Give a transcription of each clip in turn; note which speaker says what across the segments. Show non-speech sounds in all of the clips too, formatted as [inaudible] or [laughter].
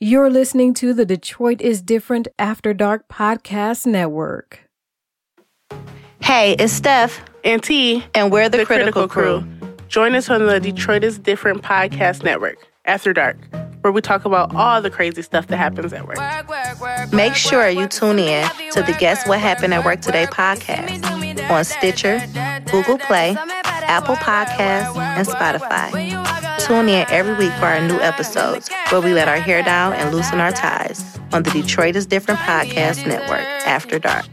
Speaker 1: You're listening to the Detroit is Different After Dark Podcast Network.
Speaker 2: Hey, it's Steph,
Speaker 3: and T,
Speaker 2: and we're the, Critical, Crew.
Speaker 3: Join us on the Detroit is Different Podcast Network, After Dark, where we talk about all the crazy stuff that happens at work.
Speaker 2: Make sure you tune in to the Guess What Happened at Work Today podcast on Stitcher, Google Play, Apple Podcasts, and Spotify. Tune in every week for our new episodes where we let our hair down and loosen our ties on the Detroit is Different Podcast Network, After Dark.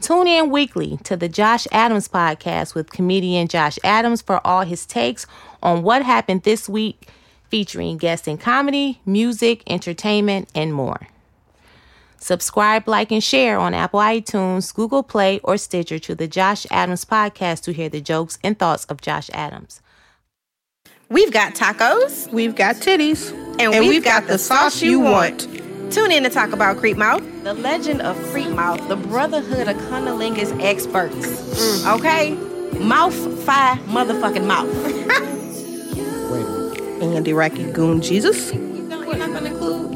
Speaker 2: Tune in weekly to the Josh Adams podcast with comedian Josh Adams for all his takes on what happened this week, featuring guests in comedy, music, entertainment, and more. Subscribe, like, and share on Apple iTunes, Google Play, or Stitcher to the Josh Adams podcast to hear the jokes and thoughts of Josh Adams. We've got tacos,
Speaker 3: We've got titties,
Speaker 2: and, we've, got, the sauce you want. Tune in to talk about Creep Mouth. The legend of Creep Mouth, the brotherhood of cunnilingus experts. Okay? Mouth fi motherfucking mouth.
Speaker 3: Andy Rocky Goon Jesus.
Speaker 4: You're not gonna include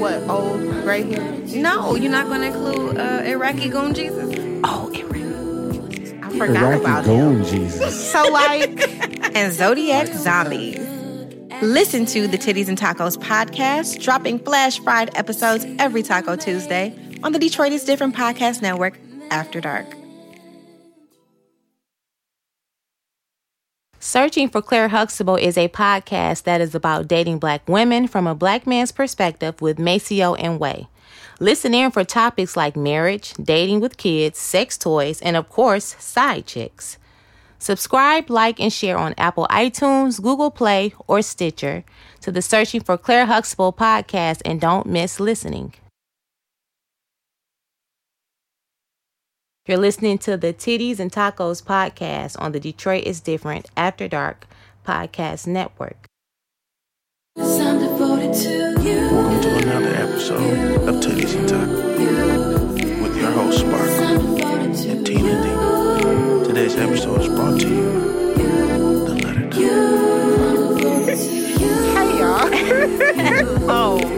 Speaker 4: what old right here? No, you're not gonna include uh, Iraqi Goon Jesus.
Speaker 3: I forgot about him.
Speaker 5: Goon Jesus.
Speaker 2: So like and Zodiac Zombie. Listen to the Titties and Tacos podcast, dropping flash fried episodes every Taco Tuesday on the Detroit is Different Podcast Network after dark. Searching for Claire Huxtable is a podcast that is about dating black women from a black man's perspective with Maceo and Way. Listen in for topics like marriage, dating with kids, sex toys, and of course, side chicks. Subscribe, like, and share on Apple iTunes, Google Play, or Stitcher to the Searching for Claire Huxtable podcast and don't miss listening. You're listening to the Titties and Tacos podcast on the Detroit is Different After Dark podcast network.
Speaker 6: Welcome to another episode of Titties and Tacos with your host Sparkle and Tina D. Today's episode is brought to you the letter W.
Speaker 3: Hey y'all. oh.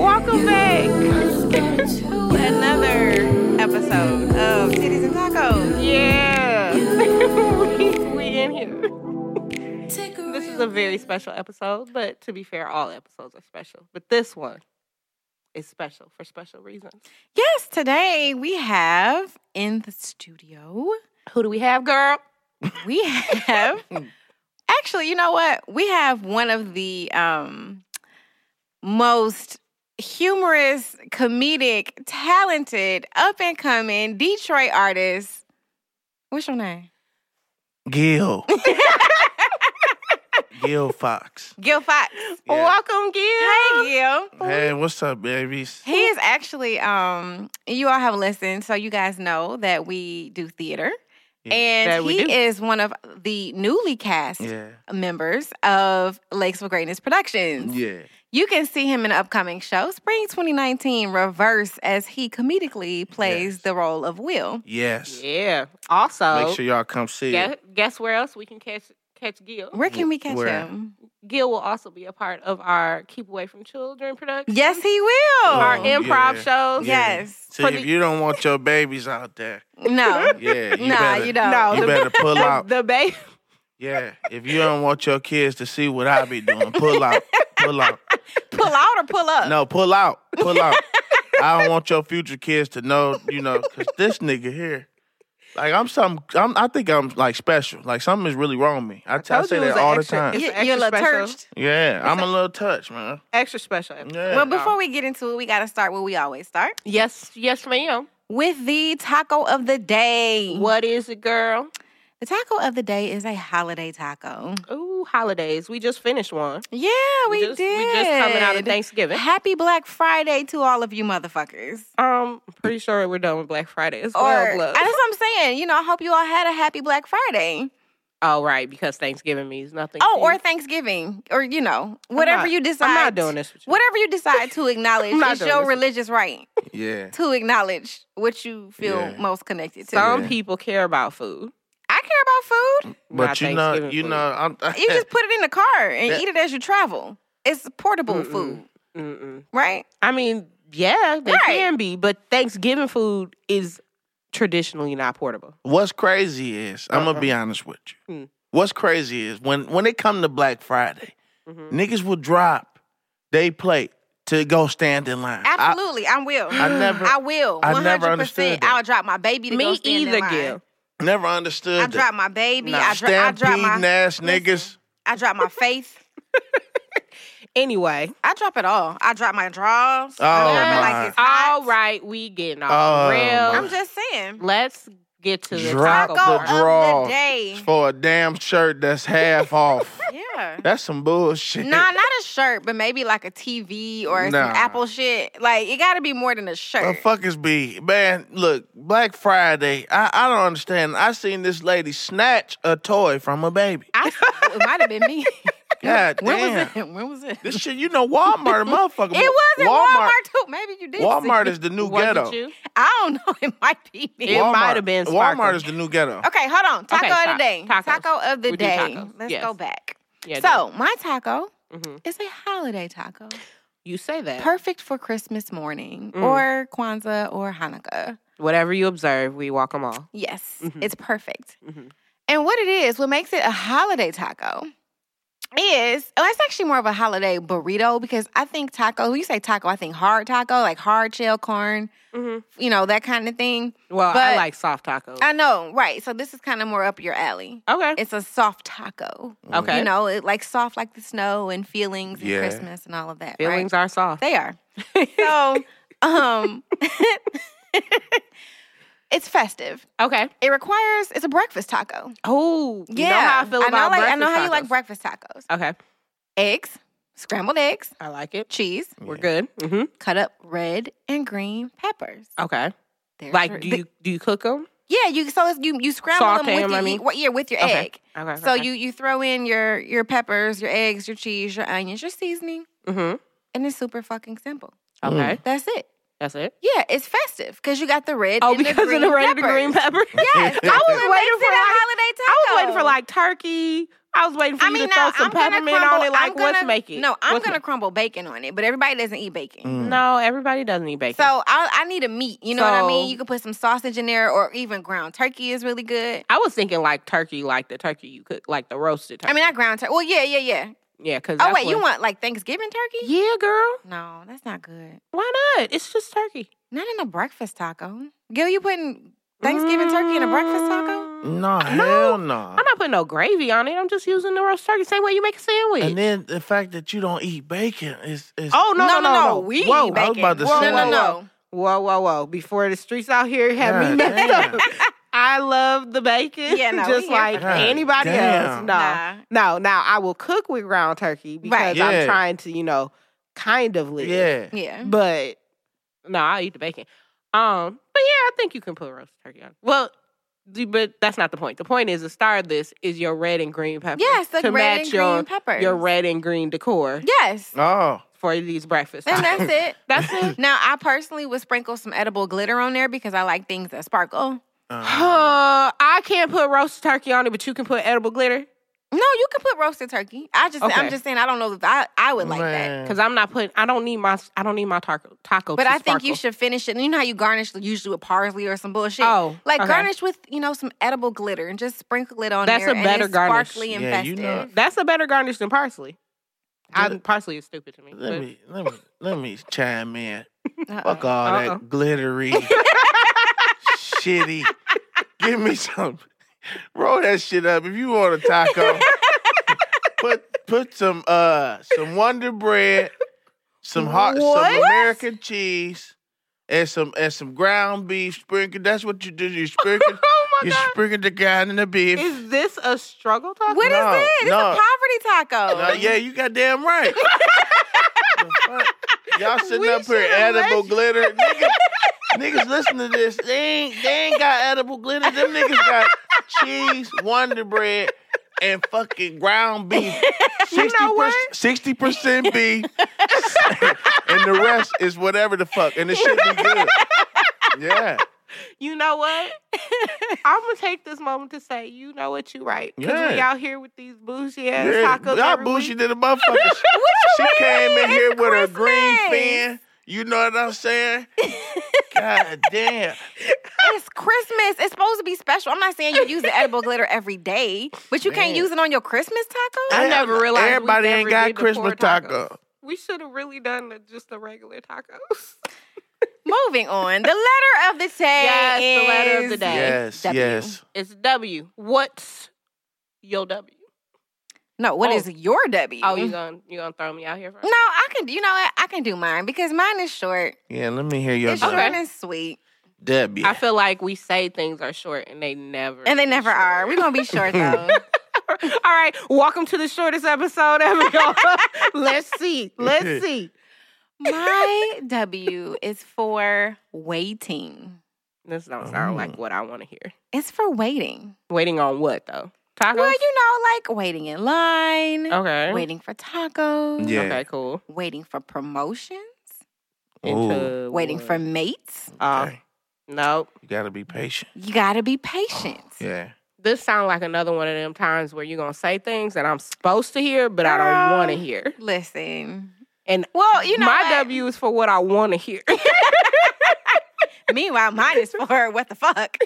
Speaker 3: Welcome back to another episode of Titties and Tacos. Yeah. we, we in here. This is a very special episode, but to be fair, all episodes are special. But this one is special for special reasons.
Speaker 4: Yes, today we have in the studio,
Speaker 3: Who do we have, girl?
Speaker 4: we
Speaker 3: [laughs]
Speaker 4: have actually, you know what? We have one of the um most humorous, comedic, talented, up and coming Detroit artists. What's your name?
Speaker 6: Gil. Gil Fox.
Speaker 4: Gil Fox.
Speaker 6: Yeah.
Speaker 3: Welcome, Gil.
Speaker 4: Hey, Gil.
Speaker 6: Hey, what's up, babies?
Speaker 4: He is actually, um, you all have listened, so you guys know that we do theater.
Speaker 6: Yeah.
Speaker 3: That
Speaker 4: And
Speaker 3: we do.
Speaker 4: he is one of the newly cast
Speaker 6: Yeah.
Speaker 4: members of Lakesville Greatness Productions.
Speaker 6: Yeah.
Speaker 4: You can see him in the upcoming show, Spring 2019 Reverse, as he comedically plays
Speaker 6: Yes.
Speaker 4: the role of Will.
Speaker 6: Yes.
Speaker 3: Yeah. Also,
Speaker 6: Make sure y'all come see
Speaker 3: guess,
Speaker 6: it.
Speaker 3: guess where else we can catch catch Gil?
Speaker 4: Where can we catch
Speaker 6: Where?
Speaker 4: him?
Speaker 3: Gil will also be a part of our Keep Away from Children production.
Speaker 4: Yes, he will.
Speaker 3: Our
Speaker 6: Oh,
Speaker 3: improv
Speaker 6: yeah.
Speaker 3: shows.
Speaker 4: Yes.
Speaker 6: See
Speaker 3: For
Speaker 6: if
Speaker 3: the-
Speaker 6: you don't want your babies out there.
Speaker 4: No.
Speaker 3: [laughs]
Speaker 6: Yeah. You
Speaker 4: Nah,
Speaker 6: better,
Speaker 4: you don't.
Speaker 3: No,
Speaker 6: You
Speaker 3: the- [laughs]
Speaker 6: better pull out.
Speaker 3: The baby.
Speaker 6: Yeah. If you don't want your kids to see what I be doing, pull out. Pull out.
Speaker 4: Pull out or pull up?
Speaker 6: No, pull out.
Speaker 4: [laughs]
Speaker 6: Pull out. I don't want your future kids to know, you know, because this nigga here, like I'm some, I'm, I think I'm like special. Like something is really wrong with me. I, t- I
Speaker 3: told
Speaker 6: say
Speaker 3: you it
Speaker 6: that
Speaker 3: was an
Speaker 6: all
Speaker 3: extra-
Speaker 6: the time.
Speaker 3: it's
Speaker 4: You-
Speaker 3: an
Speaker 4: You're a little
Speaker 3: extra special.
Speaker 4: touched.
Speaker 6: Yeah, I'm a little touch, man.
Speaker 3: Extra special. episode.
Speaker 4: [laughs]
Speaker 6: Yeah.
Speaker 4: Well, before we get into it, we got to start where we always start
Speaker 3: Yes, yes, ma'am.
Speaker 4: with the taco of the day.
Speaker 3: What is it, girl?
Speaker 4: The taco of the day is a holiday taco.
Speaker 3: Ooh, holidays. We just finished one.
Speaker 4: Yeah, we,
Speaker 3: just,
Speaker 4: did.
Speaker 3: We just coming out of [sighs] Thanksgiving.
Speaker 4: Happy Black Friday to all of you motherfuckers.
Speaker 3: Um, pretty sure we're done with Black Friday as
Speaker 4: Or,
Speaker 3: well. love.
Speaker 4: that's what I'm saying. You know, I hope you all had a happy Black Friday.
Speaker 3: oh, right, because Thanksgiving means nothing.
Speaker 4: Oh,
Speaker 3: to
Speaker 4: or
Speaker 3: you.
Speaker 4: Thanksgiving, or you know, whatever
Speaker 3: not-
Speaker 4: you
Speaker 3: I'm
Speaker 4: decide.
Speaker 3: not doing this with you.
Speaker 4: Whatever you
Speaker 3: [laughs]
Speaker 4: decide to acknowledge,
Speaker 3: I'm not
Speaker 4: it's
Speaker 3: doing
Speaker 4: your
Speaker 3: this.
Speaker 4: religious right
Speaker 6: yeah,
Speaker 4: to acknowledge what you feel
Speaker 6: Yeah.
Speaker 4: most connected to.
Speaker 3: some
Speaker 6: Yeah.
Speaker 3: people care about food.
Speaker 4: I care about food.
Speaker 3: Not
Speaker 6: But you know,
Speaker 3: Thanksgiving
Speaker 6: you
Speaker 3: food.
Speaker 6: know, I'm,
Speaker 4: You just put it in the car and
Speaker 6: That-
Speaker 4: eat it as you travel. It's portable food,
Speaker 3: Mm-mm.
Speaker 4: right?
Speaker 3: I mean, yeah, they
Speaker 4: Right.
Speaker 3: can be, but Thanksgiving food is traditionally not portable.
Speaker 6: [laughs] What's crazy is I'm gonna
Speaker 4: Uh-uh.
Speaker 6: be honest with you.
Speaker 4: Hmm.
Speaker 3: Mm.
Speaker 6: What's crazy is when when it come to Black Friday,
Speaker 3: Mhm.
Speaker 4: Mm-hmm.
Speaker 6: niggas will drop they plate to go stand in line. I-
Speaker 4: Absolutely, I, will.
Speaker 6: I never-
Speaker 4: I will.
Speaker 6: I
Speaker 4: One
Speaker 6: never
Speaker 4: hundred
Speaker 6: understood
Speaker 4: percent.
Speaker 6: that.
Speaker 4: I'll drop my baby. To go
Speaker 3: Me
Speaker 4: stand in
Speaker 3: either,
Speaker 4: line.
Speaker 3: Gil.
Speaker 6: never understood
Speaker 4: I
Speaker 6: that.
Speaker 4: drop my baby.
Speaker 6: Nah.
Speaker 4: I, dro- I drop
Speaker 6: Stampeding
Speaker 4: my.
Speaker 6: ass niggas.
Speaker 4: I drop my faith.
Speaker 3: [laughs] Anyway,
Speaker 4: I drop it all. I drop my draws.
Speaker 6: Oh,
Speaker 4: I drop it
Speaker 6: my.
Speaker 4: like it's hot.
Speaker 3: all right, we getting
Speaker 6: Oh,
Speaker 3: off the rails.
Speaker 6: my.
Speaker 4: I'm just saying.
Speaker 3: Let's get to the
Speaker 6: Drop
Speaker 3: taco
Speaker 4: Taco
Speaker 6: the
Speaker 3: bar.
Speaker 4: of
Speaker 6: draw
Speaker 4: the day.
Speaker 6: for a damn shirt that's half off.
Speaker 4: Yeah.
Speaker 6: That's some bullshit.
Speaker 4: Nah, not a shirt, but maybe like a TV or
Speaker 6: Nah.
Speaker 4: some Apple shit. Like it got to be more than a shirt.
Speaker 6: Motherfuckers be man. Look, Black Friday. I, I don't understand. I seen this lady snatch a toy from a baby.
Speaker 3: [laughs]
Speaker 4: I, it might have been me.
Speaker 6: God
Speaker 4: [laughs] when
Speaker 6: damn.
Speaker 4: was it? When was it?
Speaker 6: This shit, you know, Walmart, motherfucker.
Speaker 4: It wasn't Walmart. too. Maybe you did. see
Speaker 6: Walmart
Speaker 4: it.
Speaker 6: is the new
Speaker 3: Was it
Speaker 6: ghetto.
Speaker 3: you?
Speaker 4: [laughs] I don't know. It might be me.
Speaker 3: It
Speaker 6: Walmart-
Speaker 3: might have been Sparkle.
Speaker 6: Walmart is the new ghetto.
Speaker 4: Okay, hold on. Taco
Speaker 3: Okay,
Speaker 4: of
Speaker 3: ta-
Speaker 4: the day.
Speaker 3: tacos.
Speaker 4: Taco of the
Speaker 3: We do
Speaker 4: day.
Speaker 3: tacos.
Speaker 4: Let's
Speaker 3: Yes.
Speaker 4: go back.
Speaker 3: Yeah,
Speaker 4: so my taco
Speaker 3: dude. Mhm.
Speaker 4: is a holiday taco,
Speaker 3: you say that.
Speaker 4: perfect for Christmas morning
Speaker 3: Mm.
Speaker 4: or Kwanzaa or Hanukkah.
Speaker 3: Whatever you observe, we walk them all.
Speaker 4: Yes,
Speaker 3: Mhm.
Speaker 4: it's perfect.
Speaker 3: Mhm.
Speaker 4: And what it is, what makes it a holiday taco is, well, it's actually more of a holiday burrito because I think taco, when you say taco, I think hard taco, like hard shell corn,
Speaker 3: Mhm.
Speaker 4: you know, that kind of thing.
Speaker 3: Well, I
Speaker 4: But-
Speaker 3: like soft tacos.
Speaker 4: I know, right. So this is kind of more up your alley.
Speaker 3: okay.
Speaker 4: It's a soft taco.
Speaker 3: okay.
Speaker 4: You know, it like soft like the snow and feelings and
Speaker 6: Yeah.
Speaker 4: Christmas and all of that.
Speaker 3: Feelings are soft.
Speaker 4: right? They
Speaker 3: [laughs]
Speaker 4: are. So um it's festive.
Speaker 3: okay.
Speaker 4: It requires it's a breakfast taco.
Speaker 3: Oh,
Speaker 4: Yeah.
Speaker 3: You know how I feel
Speaker 4: know,
Speaker 3: about
Speaker 4: like, I
Speaker 3: breakfast
Speaker 4: know how you
Speaker 3: tacos.
Speaker 4: like breakfast tacos.
Speaker 3: Okay.
Speaker 4: Eggs, scrambled eggs,
Speaker 3: I like it.
Speaker 4: cheese,
Speaker 3: We're good. hmm
Speaker 4: cut up red and green peppers.
Speaker 3: Okay.
Speaker 4: There's your-
Speaker 3: Like, do
Speaker 4: the-
Speaker 3: you do you cook them?
Speaker 4: Yeah, you so it's, you you scramble
Speaker 3: Saute
Speaker 4: them with
Speaker 3: them,
Speaker 4: your
Speaker 3: I mean?
Speaker 4: what yeah, with your
Speaker 3: Okay.
Speaker 4: egg.
Speaker 3: Okay.
Speaker 4: So you you throw in your your peppers, your eggs, your cheese, your onions, your seasoning,
Speaker 3: hmm
Speaker 4: and it's super fucking simple.
Speaker 3: Okay.
Speaker 4: That's it.
Speaker 3: That's it.
Speaker 4: Yeah, it's festive because you got the red.
Speaker 3: Oh,
Speaker 4: and
Speaker 3: because
Speaker 4: the
Speaker 3: of
Speaker 4: green
Speaker 3: the red and the
Speaker 4: peppers.
Speaker 3: green pepper.
Speaker 4: Yes,
Speaker 3: [laughs] I was waiting
Speaker 4: It makes
Speaker 3: for
Speaker 4: it a
Speaker 3: like,
Speaker 4: holiday taco.
Speaker 3: I was waiting for like turkey. I was waiting for
Speaker 4: I
Speaker 3: you
Speaker 4: mean,
Speaker 3: to throw
Speaker 4: now
Speaker 3: some
Speaker 4: I'm gonna
Speaker 3: peppermint
Speaker 4: crumble.
Speaker 3: on it. Like,
Speaker 4: I'm gonna,
Speaker 3: what's make it? Mm.
Speaker 4: No, I'm
Speaker 3: What's
Speaker 4: gonna
Speaker 3: make-
Speaker 4: crumble bacon on it, but everybody doesn't eat bacon.
Speaker 3: No, everybody doesn't eat bacon.
Speaker 4: So I, I need a meat. You know what I mean?
Speaker 3: So-
Speaker 4: You can put some sausage in there, or even ground turkey is really good.
Speaker 3: I was thinking like turkey, like the turkey you cook, like the roasted turkey.
Speaker 4: I mean, I ground turkey. Well, yeah, yeah, yeah.
Speaker 3: yeah, because
Speaker 4: Oh wait, you want like Thanksgiving turkey?
Speaker 3: Yeah, girl.
Speaker 4: No, that's not good.
Speaker 3: Why not? It's just turkey.
Speaker 4: Not in a breakfast taco. Gil, you putting Thanksgiving turkey in a breakfast
Speaker 3: Mm.
Speaker 4: taco?
Speaker 6: No, hell no.
Speaker 3: I'm not putting no gravy on it. I'm just using the roast turkey, same way you make a sandwich.
Speaker 6: And then the fact that you don't eat bacon is is
Speaker 3: oh no, no, no, no,
Speaker 4: We
Speaker 3: whoa,
Speaker 4: eat
Speaker 6: I
Speaker 4: bacon.
Speaker 6: was about to
Speaker 3: Whoa,
Speaker 6: say.
Speaker 4: no, no,
Speaker 3: whoa,
Speaker 4: no.
Speaker 3: whoa, whoa, whoa! Before the streets out here have me
Speaker 6: God
Speaker 3: messed
Speaker 6: damn.
Speaker 3: up. I love the bacon,
Speaker 4: Yeah, no,
Speaker 3: just
Speaker 4: we here
Speaker 3: like
Speaker 6: for that.
Speaker 3: anybody
Speaker 6: Damn.
Speaker 3: else. No, no. Now I will cook with ground turkey because
Speaker 4: Right.
Speaker 6: Yeah.
Speaker 3: I'm trying to, you know, kind of live.
Speaker 6: Yeah.
Speaker 4: Yeah.
Speaker 3: But no, I eat the bacon. Um, but yeah, I think you can put roast turkey on. Well, d- but that's not the point. The point is the star of this is your red and green pepper.
Speaker 4: Yes, the
Speaker 3: to
Speaker 4: red
Speaker 3: match
Speaker 4: and
Speaker 3: your,
Speaker 4: green peppers.
Speaker 3: Your red and green decor
Speaker 4: [laughs] Yes.
Speaker 6: Oh.
Speaker 3: for these breakfast.
Speaker 4: And
Speaker 3: times.
Speaker 6: [laughs]
Speaker 4: that's it.
Speaker 3: that's it.
Speaker 4: [laughs] Now, I personally would sprinkle some edible glitter on there because I like things that sparkle.
Speaker 6: Uh,
Speaker 3: Uh, I can't put roast turkey on it, but you can put edible glitter
Speaker 4: No, you can put roasted turkey. I just,
Speaker 3: Okay.
Speaker 4: I'm just saying, I don't know if I, I would like that.
Speaker 6: man.
Speaker 3: because I'm not putting. I don't need my. I don't need my taco. Taco.
Speaker 4: But
Speaker 3: to
Speaker 4: I think you
Speaker 3: sparkle.
Speaker 4: should finish it. You know how you garnish usually with parsley or some bullshit.
Speaker 3: Oh,
Speaker 4: like
Speaker 3: okay.
Speaker 4: garnish with you know some edible glitter and just sprinkle it on
Speaker 3: That's
Speaker 4: there.
Speaker 3: a
Speaker 4: and
Speaker 3: better
Speaker 4: it's
Speaker 3: garnish.
Speaker 4: sparkly [laughs] and
Speaker 6: Yeah, you
Speaker 4: festive.
Speaker 6: know-
Speaker 3: That's a better garnish than parsley. I,
Speaker 6: Let-
Speaker 3: parsley is stupid to me.
Speaker 6: Let
Speaker 3: but-
Speaker 6: me let me let me chime in.
Speaker 4: Uh-uh.
Speaker 6: Fuck all
Speaker 3: Uh-uh. [laughs]
Speaker 6: that glittery, shitty. Give me some. Roll that shit up if you want a taco. put put some uh some Wonder Bread, some hot
Speaker 3: What?
Speaker 6: some American cheese, and some and some ground beef sprinkled. That's what you do. You sprinkle
Speaker 3: [laughs] oh my
Speaker 6: you
Speaker 3: god!
Speaker 6: sprinkle the guy in the beef.
Speaker 3: Is this a struggle taco?
Speaker 4: What is
Speaker 6: No,
Speaker 4: this? It's
Speaker 6: no.
Speaker 4: a poverty taco.
Speaker 6: Now, yeah, you got damn right. The fuck? Y'all sitting
Speaker 3: We
Speaker 6: up here
Speaker 3: shoulda
Speaker 6: edible
Speaker 3: let you-
Speaker 6: glitter. Niggas, niggas listen to this. They ain't, they ain't got edible glitter. Them niggas got cheese, Wonder Bread, and fucking ground beef. 60%,
Speaker 3: know what?
Speaker 6: 60% beef. [laughs] and the rest is whatever the fuck. And it should be good. Yeah.
Speaker 3: you know what? I'm gonna take this moment to say, you know what, you right. Cause we
Speaker 6: Yeah.
Speaker 3: out here
Speaker 6: [laughs]
Speaker 3: with these bougie ass
Speaker 6: Yeah,
Speaker 3: tacos.
Speaker 6: y'all
Speaker 3: every
Speaker 6: bougie
Speaker 3: week.
Speaker 6: did
Speaker 4: [laughs]
Speaker 6: a motherfucker. she came in here with a green fin. You know what I'm saying?
Speaker 3: [laughs]
Speaker 6: God damn.
Speaker 4: It's Christmas. It's supposed to be special. I'm not saying you use the edible glitter every day, but you
Speaker 6: Man.
Speaker 4: can't use it on your Christmas taco.
Speaker 3: I
Speaker 6: Man,
Speaker 3: never realized we
Speaker 6: everybody
Speaker 3: never
Speaker 6: ain't got
Speaker 3: did the
Speaker 6: Christmas
Speaker 3: poured tacos.
Speaker 6: taco.
Speaker 3: We should have really done the, just the regular [laughs] tacos.
Speaker 4: Moving on. The letter of the day.
Speaker 3: Yes, the letter of the
Speaker 4: is-
Speaker 3: day.
Speaker 6: Yes,
Speaker 4: W.
Speaker 6: yes.
Speaker 3: It's W. What's your W?
Speaker 4: No, what
Speaker 3: Oh.
Speaker 4: is your W?
Speaker 3: Oh, you gonna you gonna throw me out here first?
Speaker 4: No, I can. You know what? I can do mine because mine is short.
Speaker 6: Yeah, let me hear your
Speaker 4: It's short
Speaker 6: okay.
Speaker 3: Okay.
Speaker 4: and sweet,
Speaker 6: Debbie.
Speaker 3: I feel like we say things are short and they never
Speaker 4: and they
Speaker 3: be
Speaker 4: never
Speaker 3: short.
Speaker 4: are. We're gonna be
Speaker 3: [laughs]
Speaker 4: short though.
Speaker 3: All right, welcome to the shortest episode ever. y'all. [laughs] Let's see. Let's see.
Speaker 4: My W is for waiting.
Speaker 3: This don't sound like what I want to hear.
Speaker 4: It's for waiting.
Speaker 3: Waiting on what though? Tacos.
Speaker 4: Well, you know, like waiting in line,
Speaker 3: okay.
Speaker 4: waiting for tacos,
Speaker 6: Yeah.
Speaker 3: Okay. Cool.
Speaker 4: waiting for promotions,
Speaker 6: Ooh,
Speaker 3: Into
Speaker 4: waiting
Speaker 3: what?
Speaker 4: for mates.
Speaker 3: Oh,
Speaker 6: Okay.
Speaker 3: nope.
Speaker 6: You gotta be patient.
Speaker 4: You gotta be patient.
Speaker 3: [laughs]
Speaker 6: Yeah. [laughs]
Speaker 3: This sounds like another one of them times where you're gonna say things that I'm supposed to hear, but I don't want to
Speaker 4: Girl.
Speaker 3: hear.
Speaker 4: Listen.
Speaker 3: And
Speaker 4: Well, you know,
Speaker 3: my
Speaker 4: what?
Speaker 3: W is for what I want to hear.
Speaker 4: Meanwhile, mine is for what
Speaker 3: [laughs]
Speaker 4: the fuck.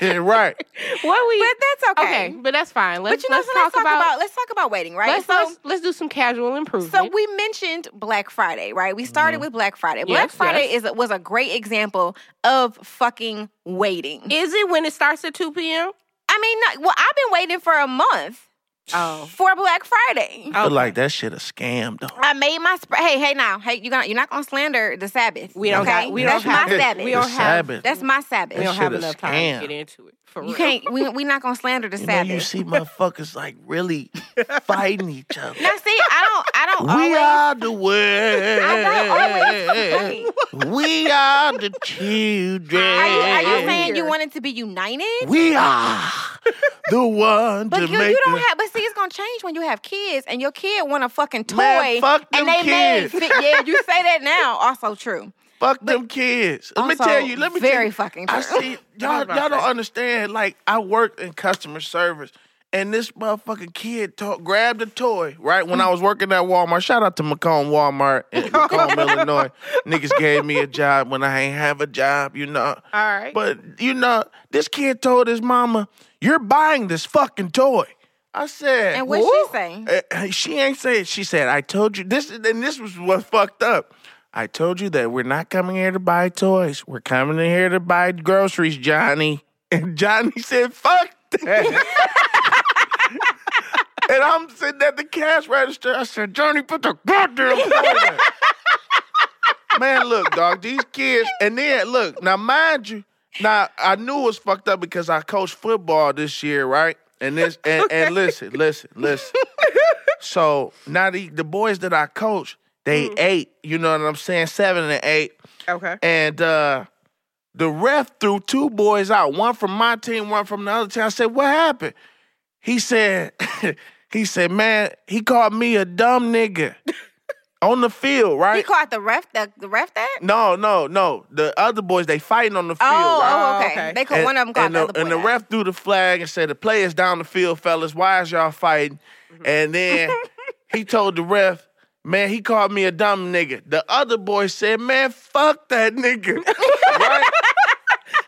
Speaker 6: right.
Speaker 3: what we
Speaker 4: But that's okay.
Speaker 3: okay. but that's fine. Let's,
Speaker 4: but you know,
Speaker 3: let's
Speaker 4: so
Speaker 3: talk, about,
Speaker 4: let's talk about waiting, right?
Speaker 3: let's,
Speaker 4: so,
Speaker 3: let's let's do some casual improvement.
Speaker 4: So we mentioned Black Friday, right? We
Speaker 3: Mm-hmm.
Speaker 4: started with Black Friday. Black
Speaker 3: Yes,
Speaker 4: Friday
Speaker 3: yes.
Speaker 4: is was a great example of fucking waiting.
Speaker 3: Is it when it starts at 2 p.m.?
Speaker 4: I mean, no, well, I've been waiting for a month
Speaker 3: Oh.
Speaker 4: for Black Friday.
Speaker 6: I feel like that shit a scam though.
Speaker 4: I made my sp- hey hey now hey you gonna you're not gonna slander the Sabbath.
Speaker 3: We don't
Speaker 4: okay?
Speaker 3: got- we
Speaker 4: That's
Speaker 3: don't
Speaker 4: my
Speaker 3: have-
Speaker 4: Sabbath.
Speaker 3: we don't
Speaker 6: the
Speaker 3: have-
Speaker 6: Sabbath.
Speaker 4: That's my Sabbath.
Speaker 3: We don't
Speaker 6: shit
Speaker 3: have
Speaker 6: a
Speaker 3: enough
Speaker 6: scam.
Speaker 3: time to get into it. For
Speaker 4: you
Speaker 3: real.
Speaker 4: can't. We we not gonna slander the
Speaker 6: you know,
Speaker 4: Sabbath.
Speaker 6: you see motherfuckers like
Speaker 3: [laughs]
Speaker 6: really fighting each other.
Speaker 4: now see, I don't I don't always.
Speaker 6: We
Speaker 4: [laughs]
Speaker 6: are the world.
Speaker 4: I don't always.
Speaker 6: We are the children.
Speaker 4: Are you, are you
Speaker 3: Yeah.
Speaker 4: saying you wanted to be united?
Speaker 6: we are the one
Speaker 4: But
Speaker 6: to
Speaker 4: you,
Speaker 6: make
Speaker 4: you don't
Speaker 6: the-
Speaker 4: have. But see, it's gonna change when you have kids, and your kid want a fucking toy,
Speaker 6: Man, fuck them
Speaker 4: and they
Speaker 6: kids.
Speaker 4: made. Fit, yeah, you say that
Speaker 6: [laughs]
Speaker 4: now. Also true.
Speaker 6: Fuck them kids. Let me
Speaker 4: also
Speaker 6: tell you. Let me tell
Speaker 4: very
Speaker 6: you.
Speaker 4: fucking
Speaker 6: I
Speaker 4: true.
Speaker 6: see
Speaker 4: [laughs]
Speaker 6: y'all. Y'all don't understand. Like I worked in customer service, and this motherfucking kid talk, grabbed a toy right when I was working at Walmart. Shout out to Macomb Walmart
Speaker 4: [laughs]
Speaker 6: in Macomb, Illinois. Niggas gave me a job when I ain't have a job. You know.
Speaker 3: All right.
Speaker 6: But you know, this kid told his mama, "You're buying this fucking toy." I said,
Speaker 4: And what
Speaker 6: "Woo."
Speaker 4: she saying?
Speaker 6: Uh, she ain't say it. She said, "I told you this." And this was what fucked up. I told you that we're not coming here to buy toys. We're coming in here to buy groceries, Johnny. And Johnny [laughs] said, "Fuck that." [laughs] and I'm sitting at the cash register. I said, "Johnny, put the goddamn toy down." [laughs] Man, look, dog. These kids, and then look. Now, mind you, now I knew it was fucked up because I coached football this year, right? And this, and, and listen, listen, listen. so now the the boys that I coach, they
Speaker 4: Mm-hmm.
Speaker 6: eight. You know what I'm saying? Seven and eight.
Speaker 3: okay.
Speaker 6: And uh the ref threw two boys out, one from my team, one from the other team. I said, What happened? He said, [laughs] he said, man, he called me a
Speaker 4: [laughs]
Speaker 6: dumb nigga on the field, right?
Speaker 4: He caught the ref. The, the ref that.
Speaker 6: no, no, no. The other boys, they fighting on the field,
Speaker 4: oh,
Speaker 6: right?
Speaker 4: oh, okay.
Speaker 3: okay.
Speaker 4: They caught one of them. Caught
Speaker 6: and
Speaker 4: the,
Speaker 6: the,
Speaker 4: other boy.
Speaker 6: and the
Speaker 4: out.
Speaker 6: ref threw the flag and said, "The players down the field, fellas. Why is y'all fighting?"
Speaker 4: Mm-hmm.
Speaker 6: And then he told the ref, "Man, he called me a dumb nigga." The other boy said, "Man, fuck
Speaker 4: [laughs]
Speaker 6: that nigga." right?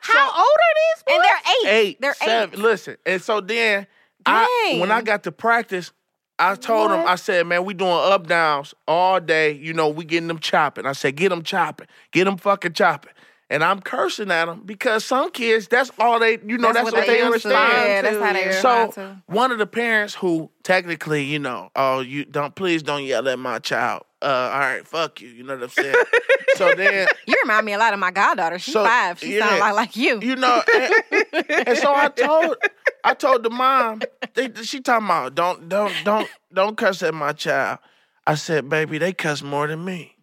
Speaker 3: How old are these?
Speaker 4: And they're 8
Speaker 6: Eight,
Speaker 4: They're
Speaker 6: seven.
Speaker 4: eight.
Speaker 6: Listen, and so then I,
Speaker 4: Dang.
Speaker 6: when I got to practice, I told him, I said, "Man, we doing up downs all day. You know, we getting them chopping." I said, "Get them chopping, get them fucking chopping." And I'm cursing at them because some kids, that's all they, you know, that's, what, they,
Speaker 4: used to-
Speaker 6: understand.
Speaker 4: Yeah, that's how
Speaker 3: to,
Speaker 4: they
Speaker 3: yeah.
Speaker 4: respond
Speaker 6: So
Speaker 4: to.
Speaker 6: one of the parents who technically, you know, oh, you don't please don't yell at my child. Uh, all right, fuck you. You know what I'm saying? so then,
Speaker 4: You remind me a lot of my goddaughter. She's
Speaker 6: So,
Speaker 4: five. She sounds
Speaker 6: yeah.
Speaker 4: a lot like you.
Speaker 6: you know, and, and so I told, I told the mom. They, she talking about don't, don't, don't, don't cuss at my child. I said, baby, they cuss more than me.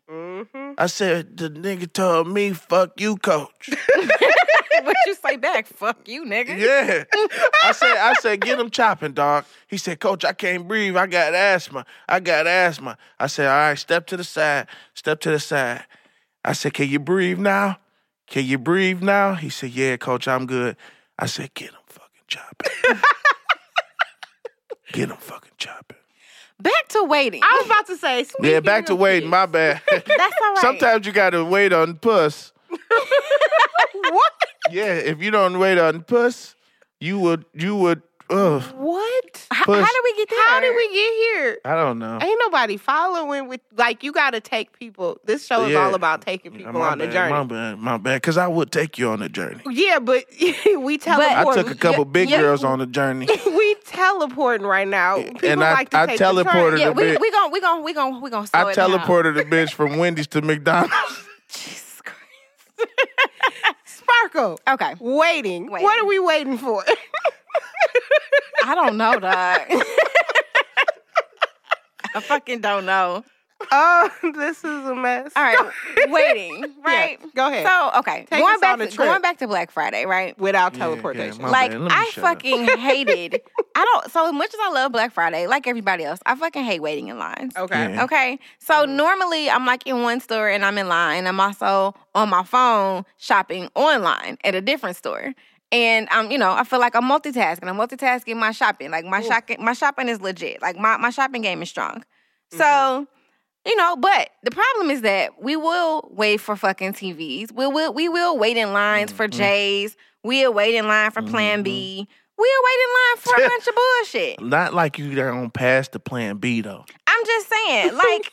Speaker 6: I said, the nigga told me, fuck you, coach.
Speaker 4: what you say back? Fuck you, nigga.
Speaker 6: Yeah. I said, I said, get him chopping, dog. He said, Coach, I can't breathe. I got asthma. I got asthma. I said, all right, step to the side. Step to the side. I said, can you breathe now? Can you breathe now? He said, Yeah, coach, I'm good. I said, Get him fucking chopping.
Speaker 4: [laughs]
Speaker 6: Get him fucking chopping.
Speaker 4: Back to waiting.
Speaker 3: I was about to say.
Speaker 6: Yeah, back to
Speaker 3: speaking of
Speaker 6: waiting.
Speaker 3: this,
Speaker 6: My bad.
Speaker 4: [laughs] That's all right.
Speaker 6: Sometimes you gotta wait on puss.
Speaker 4: [laughs]
Speaker 3: What?
Speaker 6: Yeah, if you don't wait on puss, you would you would. Ugh,
Speaker 3: What?
Speaker 4: H- how
Speaker 6: push-
Speaker 4: do we get there?
Speaker 3: How did we get here?
Speaker 6: I don't know.
Speaker 3: Ain't nobody following with like you got to take people. This show is
Speaker 6: Yeah.
Speaker 3: all about taking people
Speaker 6: my
Speaker 3: on
Speaker 6: bad,
Speaker 3: the journey.
Speaker 6: My bad, my bad. Because I would take you on a journey.
Speaker 3: Yeah, but [laughs] we
Speaker 6: I
Speaker 3: teleport.
Speaker 6: took a couple big
Speaker 4: yeah.
Speaker 6: girls on a
Speaker 4: [laughs]
Speaker 6: journey,
Speaker 3: we teleporting right now. People
Speaker 6: and I,
Speaker 3: like to
Speaker 6: I
Speaker 3: take the turn.
Speaker 6: teleported
Speaker 4: Yeah,
Speaker 6: a
Speaker 4: we
Speaker 6: bitch.
Speaker 4: we gon' we gon' we gon' we gon' slow
Speaker 6: I
Speaker 4: it down.
Speaker 6: teleported a bitch from Wendy's
Speaker 4: [laughs]
Speaker 6: to McDonald's.
Speaker 4: Jesus Christ.
Speaker 3: Sparkle.
Speaker 4: Okay,
Speaker 3: Waiting.
Speaker 4: Waiting.
Speaker 3: What are we waiting for?
Speaker 4: I
Speaker 3: [laughs]
Speaker 4: don't know, dog. I fucking don't know.
Speaker 3: oh, this is a mess.
Speaker 4: All right, waiting, right?
Speaker 3: go ahead.
Speaker 4: So okay,
Speaker 3: Take
Speaker 4: going
Speaker 3: us
Speaker 4: back
Speaker 3: on a
Speaker 4: to,
Speaker 3: trip.
Speaker 4: going back to Black Friday, right?
Speaker 3: Without
Speaker 6: Yeah, yeah,
Speaker 3: teleportation.
Speaker 6: my-
Speaker 4: like
Speaker 6: bad. Let me
Speaker 4: I
Speaker 6: shut up.
Speaker 4: fucking hated. I don't. So as much as I love Black Friday, like everybody else, I fucking hate waiting in lines.
Speaker 3: okay.
Speaker 6: Yeah.
Speaker 4: Okay. So normally I'm like in one store and I'm in line. I'm also on my phone shopping online at a different store. And um, you know, I feel like I'm multitasking. I'm multitasking my shopping. Like my shopping, my shopping is legit. Like my, my shopping game is strong. So, you know, but the problem is that we will wait for fucking TVs. We will we will wait in lines for
Speaker 6: Mm-hmm.
Speaker 4: J's. We'll wait in line for Plan B. We'll wait in line
Speaker 6: [laughs]
Speaker 4: for a bunch of bullshit.
Speaker 6: Not like you don't pass the Plan B though.
Speaker 4: I'm just saying,
Speaker 6: [laughs]
Speaker 4: like,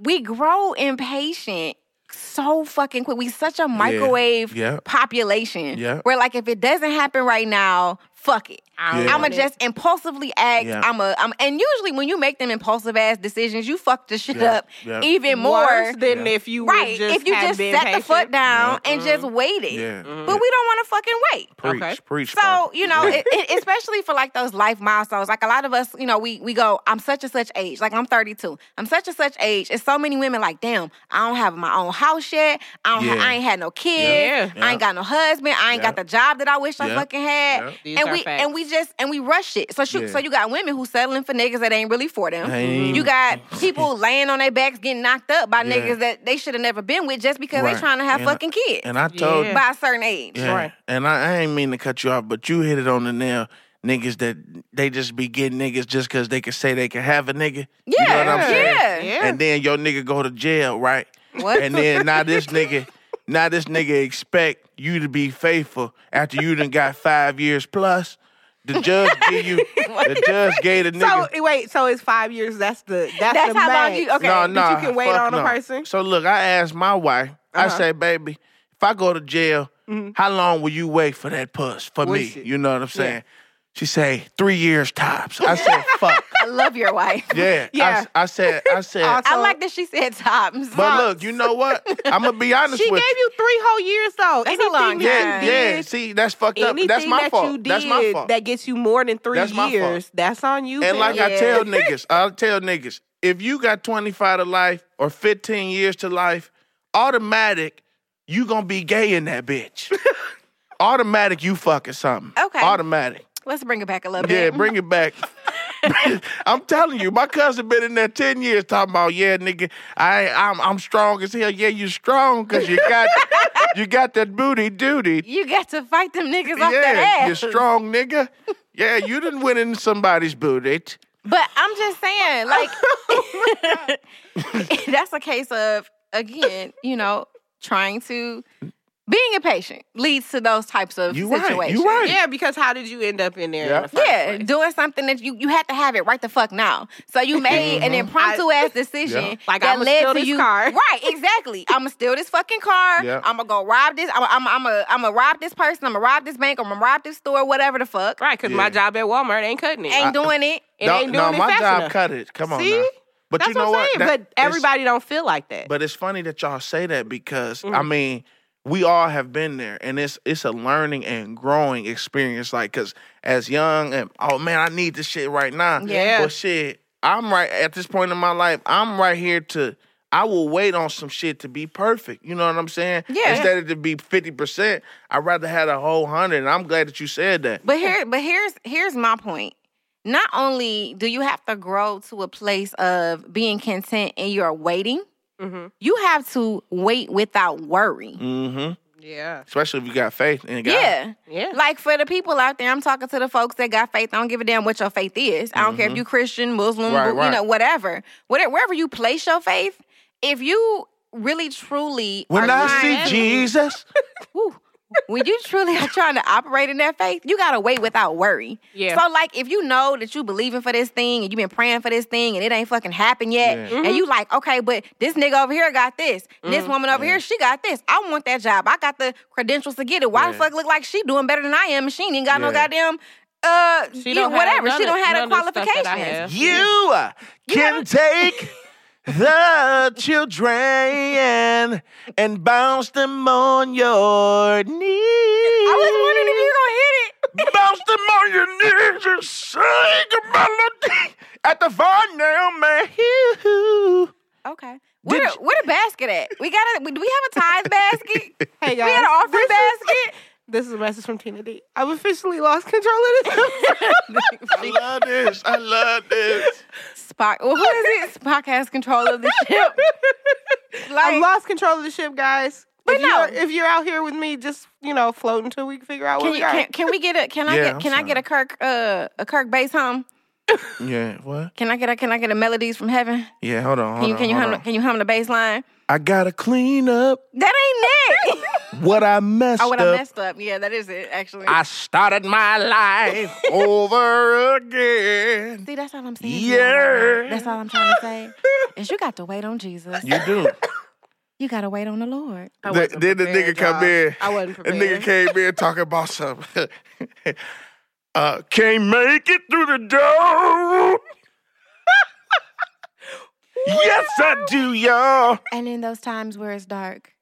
Speaker 4: we grow impatient so fucking quick. We such a microwave
Speaker 6: yeah.
Speaker 4: population.
Speaker 6: Yeah.
Speaker 4: Where like if it doesn't happen right now, fuck it.
Speaker 6: Yeah.
Speaker 4: I'ma just impulsively act.
Speaker 6: Yeah.
Speaker 4: I'm a I'm and usually when you make them impulsive ass decisions, you fuck the shit
Speaker 6: Yeah.
Speaker 4: up
Speaker 6: Yeah.
Speaker 4: even more.
Speaker 3: Worse than
Speaker 6: Yeah.
Speaker 3: if you would
Speaker 4: right.
Speaker 3: just
Speaker 4: if you
Speaker 3: have
Speaker 4: just
Speaker 3: been
Speaker 4: sat the
Speaker 3: patient.
Speaker 4: foot down
Speaker 6: Yeah.
Speaker 4: and just waited.
Speaker 6: Yeah,
Speaker 4: But we don't wanna fucking wait.
Speaker 6: preach,
Speaker 3: Okay.
Speaker 6: preach.
Speaker 4: So
Speaker 6: Sparkle.
Speaker 4: you know, it, it, especially for like those life milestones, like a lot of us, you know, we we go, I'm such and such age, like I'm 32, I'm such and such age, and so many women like, damn, I don't have my own house yet, I don't, ha-
Speaker 6: Yeah.
Speaker 4: I ain't had no kids,
Speaker 6: Yeah.
Speaker 4: I ain't got no husband, I ain't
Speaker 6: Yeah.
Speaker 4: got the job that I wish I
Speaker 6: Yeah.
Speaker 4: fucking had,
Speaker 6: Yeah.
Speaker 3: These
Speaker 4: and
Speaker 3: are
Speaker 4: we
Speaker 3: facts.
Speaker 4: and we just and we rush it. So shoot,
Speaker 6: Yeah.
Speaker 4: so you got women who settling for niggas that ain't really for them.
Speaker 6: Ain't-
Speaker 4: You
Speaker 6: [laughs]
Speaker 4: got people laying on their backs getting knocked up by
Speaker 6: Yeah.
Speaker 4: niggas that they should have never been with just because they
Speaker 6: Right.
Speaker 4: trying to have
Speaker 6: And I-
Speaker 4: fucking kids
Speaker 6: and I told
Speaker 3: Yeah.
Speaker 4: by a certain age.
Speaker 6: Yeah.
Speaker 3: Right.
Speaker 6: And I, I ain't mean to cut you off, but you hit it on the nail. Niggas that they just be getting niggas just because they can say they can have a nigga.
Speaker 4: Yeah,
Speaker 6: You know what I'm saying?
Speaker 4: yeah.
Speaker 3: Yeah.
Speaker 6: And then your nigga go to jail, right?
Speaker 4: What?
Speaker 6: And then now this nigga, now this nigga expect you to be faithful after you done got five years plus. The judge
Speaker 3: [laughs]
Speaker 6: give you, the judge gave the
Speaker 3: So
Speaker 6: nigga.
Speaker 3: wait, so it's five years. That's the that's,
Speaker 4: That's
Speaker 3: the
Speaker 4: how long
Speaker 3: max.
Speaker 4: you- okay.
Speaker 6: No,
Speaker 4: that
Speaker 6: no,
Speaker 3: you can wait
Speaker 6: fuck
Speaker 3: on a
Speaker 6: no.
Speaker 3: person? Uh-huh.
Speaker 6: So look, I asked my wife. I say, baby, if I go to jail,
Speaker 3: Mm-hmm.
Speaker 6: how long will you wait for that puss for me?
Speaker 3: Pussy.
Speaker 6: You know what I'm saying? She say three years tops. I said,
Speaker 3: [laughs]
Speaker 6: fuck.
Speaker 4: I love your
Speaker 6: [laughs]
Speaker 4: wife.
Speaker 6: Yeah,
Speaker 3: Yeah.
Speaker 6: I, I said, I said.
Speaker 3: Awesome.
Speaker 4: I like that she said tops.
Speaker 6: But look, you know what? I'm gonna be honest
Speaker 3: She
Speaker 6: with
Speaker 3: gave you three whole years though.
Speaker 4: That's a
Speaker 3: Anything
Speaker 4: long
Speaker 3: that
Speaker 6: Yeah,
Speaker 3: you
Speaker 6: yeah.
Speaker 3: did
Speaker 6: See, that's fucked up.
Speaker 3: anything
Speaker 6: That's my
Speaker 3: that
Speaker 6: fault.
Speaker 3: you did
Speaker 6: that's my fault.
Speaker 3: that gets you more than three
Speaker 6: That's my fault.
Speaker 3: years, that's on you.
Speaker 6: and
Speaker 3: bitch.
Speaker 6: like I
Speaker 4: Yeah.
Speaker 3: [laughs]
Speaker 6: tell niggas, I'll tell niggas, if you got 25 to life or 15 years to life, automatic, you gonna be gay in that
Speaker 3: [laughs]
Speaker 6: bitch. automatic, you fucking something.
Speaker 4: Okay.
Speaker 6: Automatic.
Speaker 4: Let's bring it back a little
Speaker 6: Yeah,
Speaker 4: bit.
Speaker 6: bring it back. [laughs] I'm telling you, my cousin been in there ten years talking about, yeah, nigga, I I'm I'm strong as hell. Yeah, you strong because you
Speaker 3: [laughs]
Speaker 6: got you got that booty duty.
Speaker 4: you got to fight them niggas off their
Speaker 6: Yeah,
Speaker 4: ass.
Speaker 6: you strong nigga. Yeah, you didn't win in somebody's booty.
Speaker 4: But I'm just saying,
Speaker 6: [laughs]
Speaker 4: like, [laughs] that's a case of again, you know, trying to being impatient leads to those types of
Speaker 6: You right, you
Speaker 4: situations.
Speaker 6: right.
Speaker 3: Yeah, because how did you end up in there?
Speaker 6: Yeah.
Speaker 3: In the first
Speaker 4: Yeah,
Speaker 3: place?
Speaker 4: doing something that you you had to have it right the fuck now.
Speaker 3: [laughs]
Speaker 4: So you made an impromptu ass decision
Speaker 6: Yeah.
Speaker 3: Mm-hmm. Like,
Speaker 4: that
Speaker 3: I'ma
Speaker 4: led
Speaker 3: steal
Speaker 4: to
Speaker 3: this
Speaker 4: you.
Speaker 3: car.
Speaker 4: [laughs] Right, exactly. I'ma steal this fucking car.
Speaker 6: Yeah.
Speaker 4: I'ma go rob this. I'ma I'ma I'ma, I'ma rob this person. I'ma rob this bank. I'ma rob this store. Whatever the fuck.
Speaker 3: Right, because
Speaker 6: Yeah.
Speaker 3: my job at Walmart ain't cutting it.
Speaker 4: Ain't doing it.
Speaker 3: it
Speaker 6: no,
Speaker 3: ain't doing
Speaker 6: no,
Speaker 3: it
Speaker 6: my
Speaker 3: fast
Speaker 6: job
Speaker 3: enough.
Speaker 6: cut it. Come on.
Speaker 3: See?
Speaker 6: now. But
Speaker 3: That's
Speaker 6: you know
Speaker 3: what I'm
Speaker 6: what?
Speaker 3: saying.
Speaker 6: That-
Speaker 3: but
Speaker 6: it's-
Speaker 3: everybody don't feel like that.
Speaker 6: But it's funny that y'all say that because I
Speaker 4: Mm-hmm.
Speaker 6: mean, we all have been there, and it's it's a learning and growing experience. Like, cause as young and oh man, I need this shit right now.
Speaker 3: Yeah.
Speaker 6: Well, shit, I'm right at this point in my life. I'm right here to. I will wait on some shit to be perfect. You know what I'm saying?
Speaker 4: Yeah.
Speaker 6: Instead of to be fifty percent, I'd rather have a whole hundred. And I'm glad that you said that.
Speaker 4: But here, but here's here's my point. Not only do you have to grow to a place of being
Speaker 3: Mm-hmm.
Speaker 4: content and you're waiting, you have to wait without worry.
Speaker 6: Mm-hmm.
Speaker 3: Yeah.
Speaker 6: Especially if you got faith in God.
Speaker 4: Yeah.
Speaker 3: Yeah.
Speaker 4: Like for the people out there, I'm talking to the folks that got faith. I don't give a damn what your faith is. I don't care if you Christian, Muslim,
Speaker 6: Mm-hmm. Right,
Speaker 4: you know,
Speaker 6: right.
Speaker 4: whatever. Whatever wherever you place your faith, if you really truly
Speaker 6: When
Speaker 4: are
Speaker 6: I see
Speaker 4: trying-
Speaker 6: Jesus,
Speaker 4: Whew. when you truly are trying to operate in that faith, you gotta wait without worry.
Speaker 3: Yeah.
Speaker 4: So like if you know that you believing for this thing and you've been praying for this thing and it ain't fucking happened yet,
Speaker 6: Yeah.
Speaker 4: and you like, okay, but this nigga over here got this,
Speaker 3: Mm-hmm.
Speaker 4: this woman over here, she got this. I want that job. I got the credentials to get it. Why the
Speaker 6: Yeah.
Speaker 4: fuck look like she doing better than I am and she ain't got no
Speaker 6: Yeah.
Speaker 4: goddamn uh
Speaker 3: She
Speaker 4: you know,
Speaker 3: don't have
Speaker 4: whatever.
Speaker 3: none
Speaker 4: She
Speaker 3: of-
Speaker 4: don't have the
Speaker 3: none of the stuff that I
Speaker 4: qualifications.
Speaker 3: have.
Speaker 6: you
Speaker 4: [laughs]
Speaker 6: can take the children and bounce them on your knees.
Speaker 4: I was wondering if you were gonna hit it.
Speaker 6: Bounce them on your knees and sing a melody at the Varnell man.
Speaker 4: Okay. Where
Speaker 6: Did
Speaker 4: the, where the basket at? We got to do we have a tithes
Speaker 6: [laughs]
Speaker 4: basket?
Speaker 3: Hey,
Speaker 4: we got an
Speaker 3: guys,
Speaker 4: offering
Speaker 3: this is-
Speaker 4: basket?
Speaker 3: This is a message from Tina D. I've officially lost control of this.
Speaker 4: [laughs]
Speaker 6: I love this. I love this.
Speaker 4: Spock. Well, who is it? Spock has control [laughs] of the ship.
Speaker 3: [laughs] I've
Speaker 4: Like,
Speaker 3: lost control of the ship, guys.
Speaker 4: But
Speaker 3: if you're,
Speaker 4: no.
Speaker 3: if you're out here with me, just you know, float until we figure out
Speaker 4: can,
Speaker 3: what we
Speaker 4: you,
Speaker 3: got.
Speaker 4: can, can we get a? Can I
Speaker 6: Yeah,
Speaker 4: get?
Speaker 6: I'm
Speaker 4: Can I get
Speaker 6: sorry.
Speaker 4: a Kirk? Uh, a Kirk bass hum?
Speaker 6: Yeah, what?
Speaker 4: Can I get a? Can I get a melodies from heaven? Can
Speaker 6: Yeah, hold on. Hold
Speaker 4: you?
Speaker 6: on,
Speaker 4: Can you
Speaker 6: hold
Speaker 4: hum?
Speaker 6: on.
Speaker 4: the- Can you hum the bass line?
Speaker 6: I gotta clean up
Speaker 4: That ain't [laughs] it.
Speaker 6: what I messed
Speaker 4: oh, what I
Speaker 6: up.
Speaker 4: messed up. Yeah, that is it. Actually.
Speaker 6: I started
Speaker 4: [laughs]
Speaker 6: my life over again.
Speaker 4: See, that's all I'm saying. to you,
Speaker 6: Yeah.
Speaker 4: Lord. That's all I'm trying to [laughs] say. Is you got to wait on Jesus.
Speaker 6: You do.
Speaker 4: You got to wait on the Lord.
Speaker 3: [laughs] I
Speaker 6: Th-
Speaker 3: wasn't
Speaker 6: then the
Speaker 3: prepared,
Speaker 6: nigga come
Speaker 3: y'all.
Speaker 6: in.
Speaker 3: I wasn't
Speaker 6: The
Speaker 3: prepared.
Speaker 6: nigga came in talking about something. [laughs] uh, can't make it through
Speaker 3: [laughs]
Speaker 6: the door. yes, I do, y'all.
Speaker 4: And in those times where it's dark,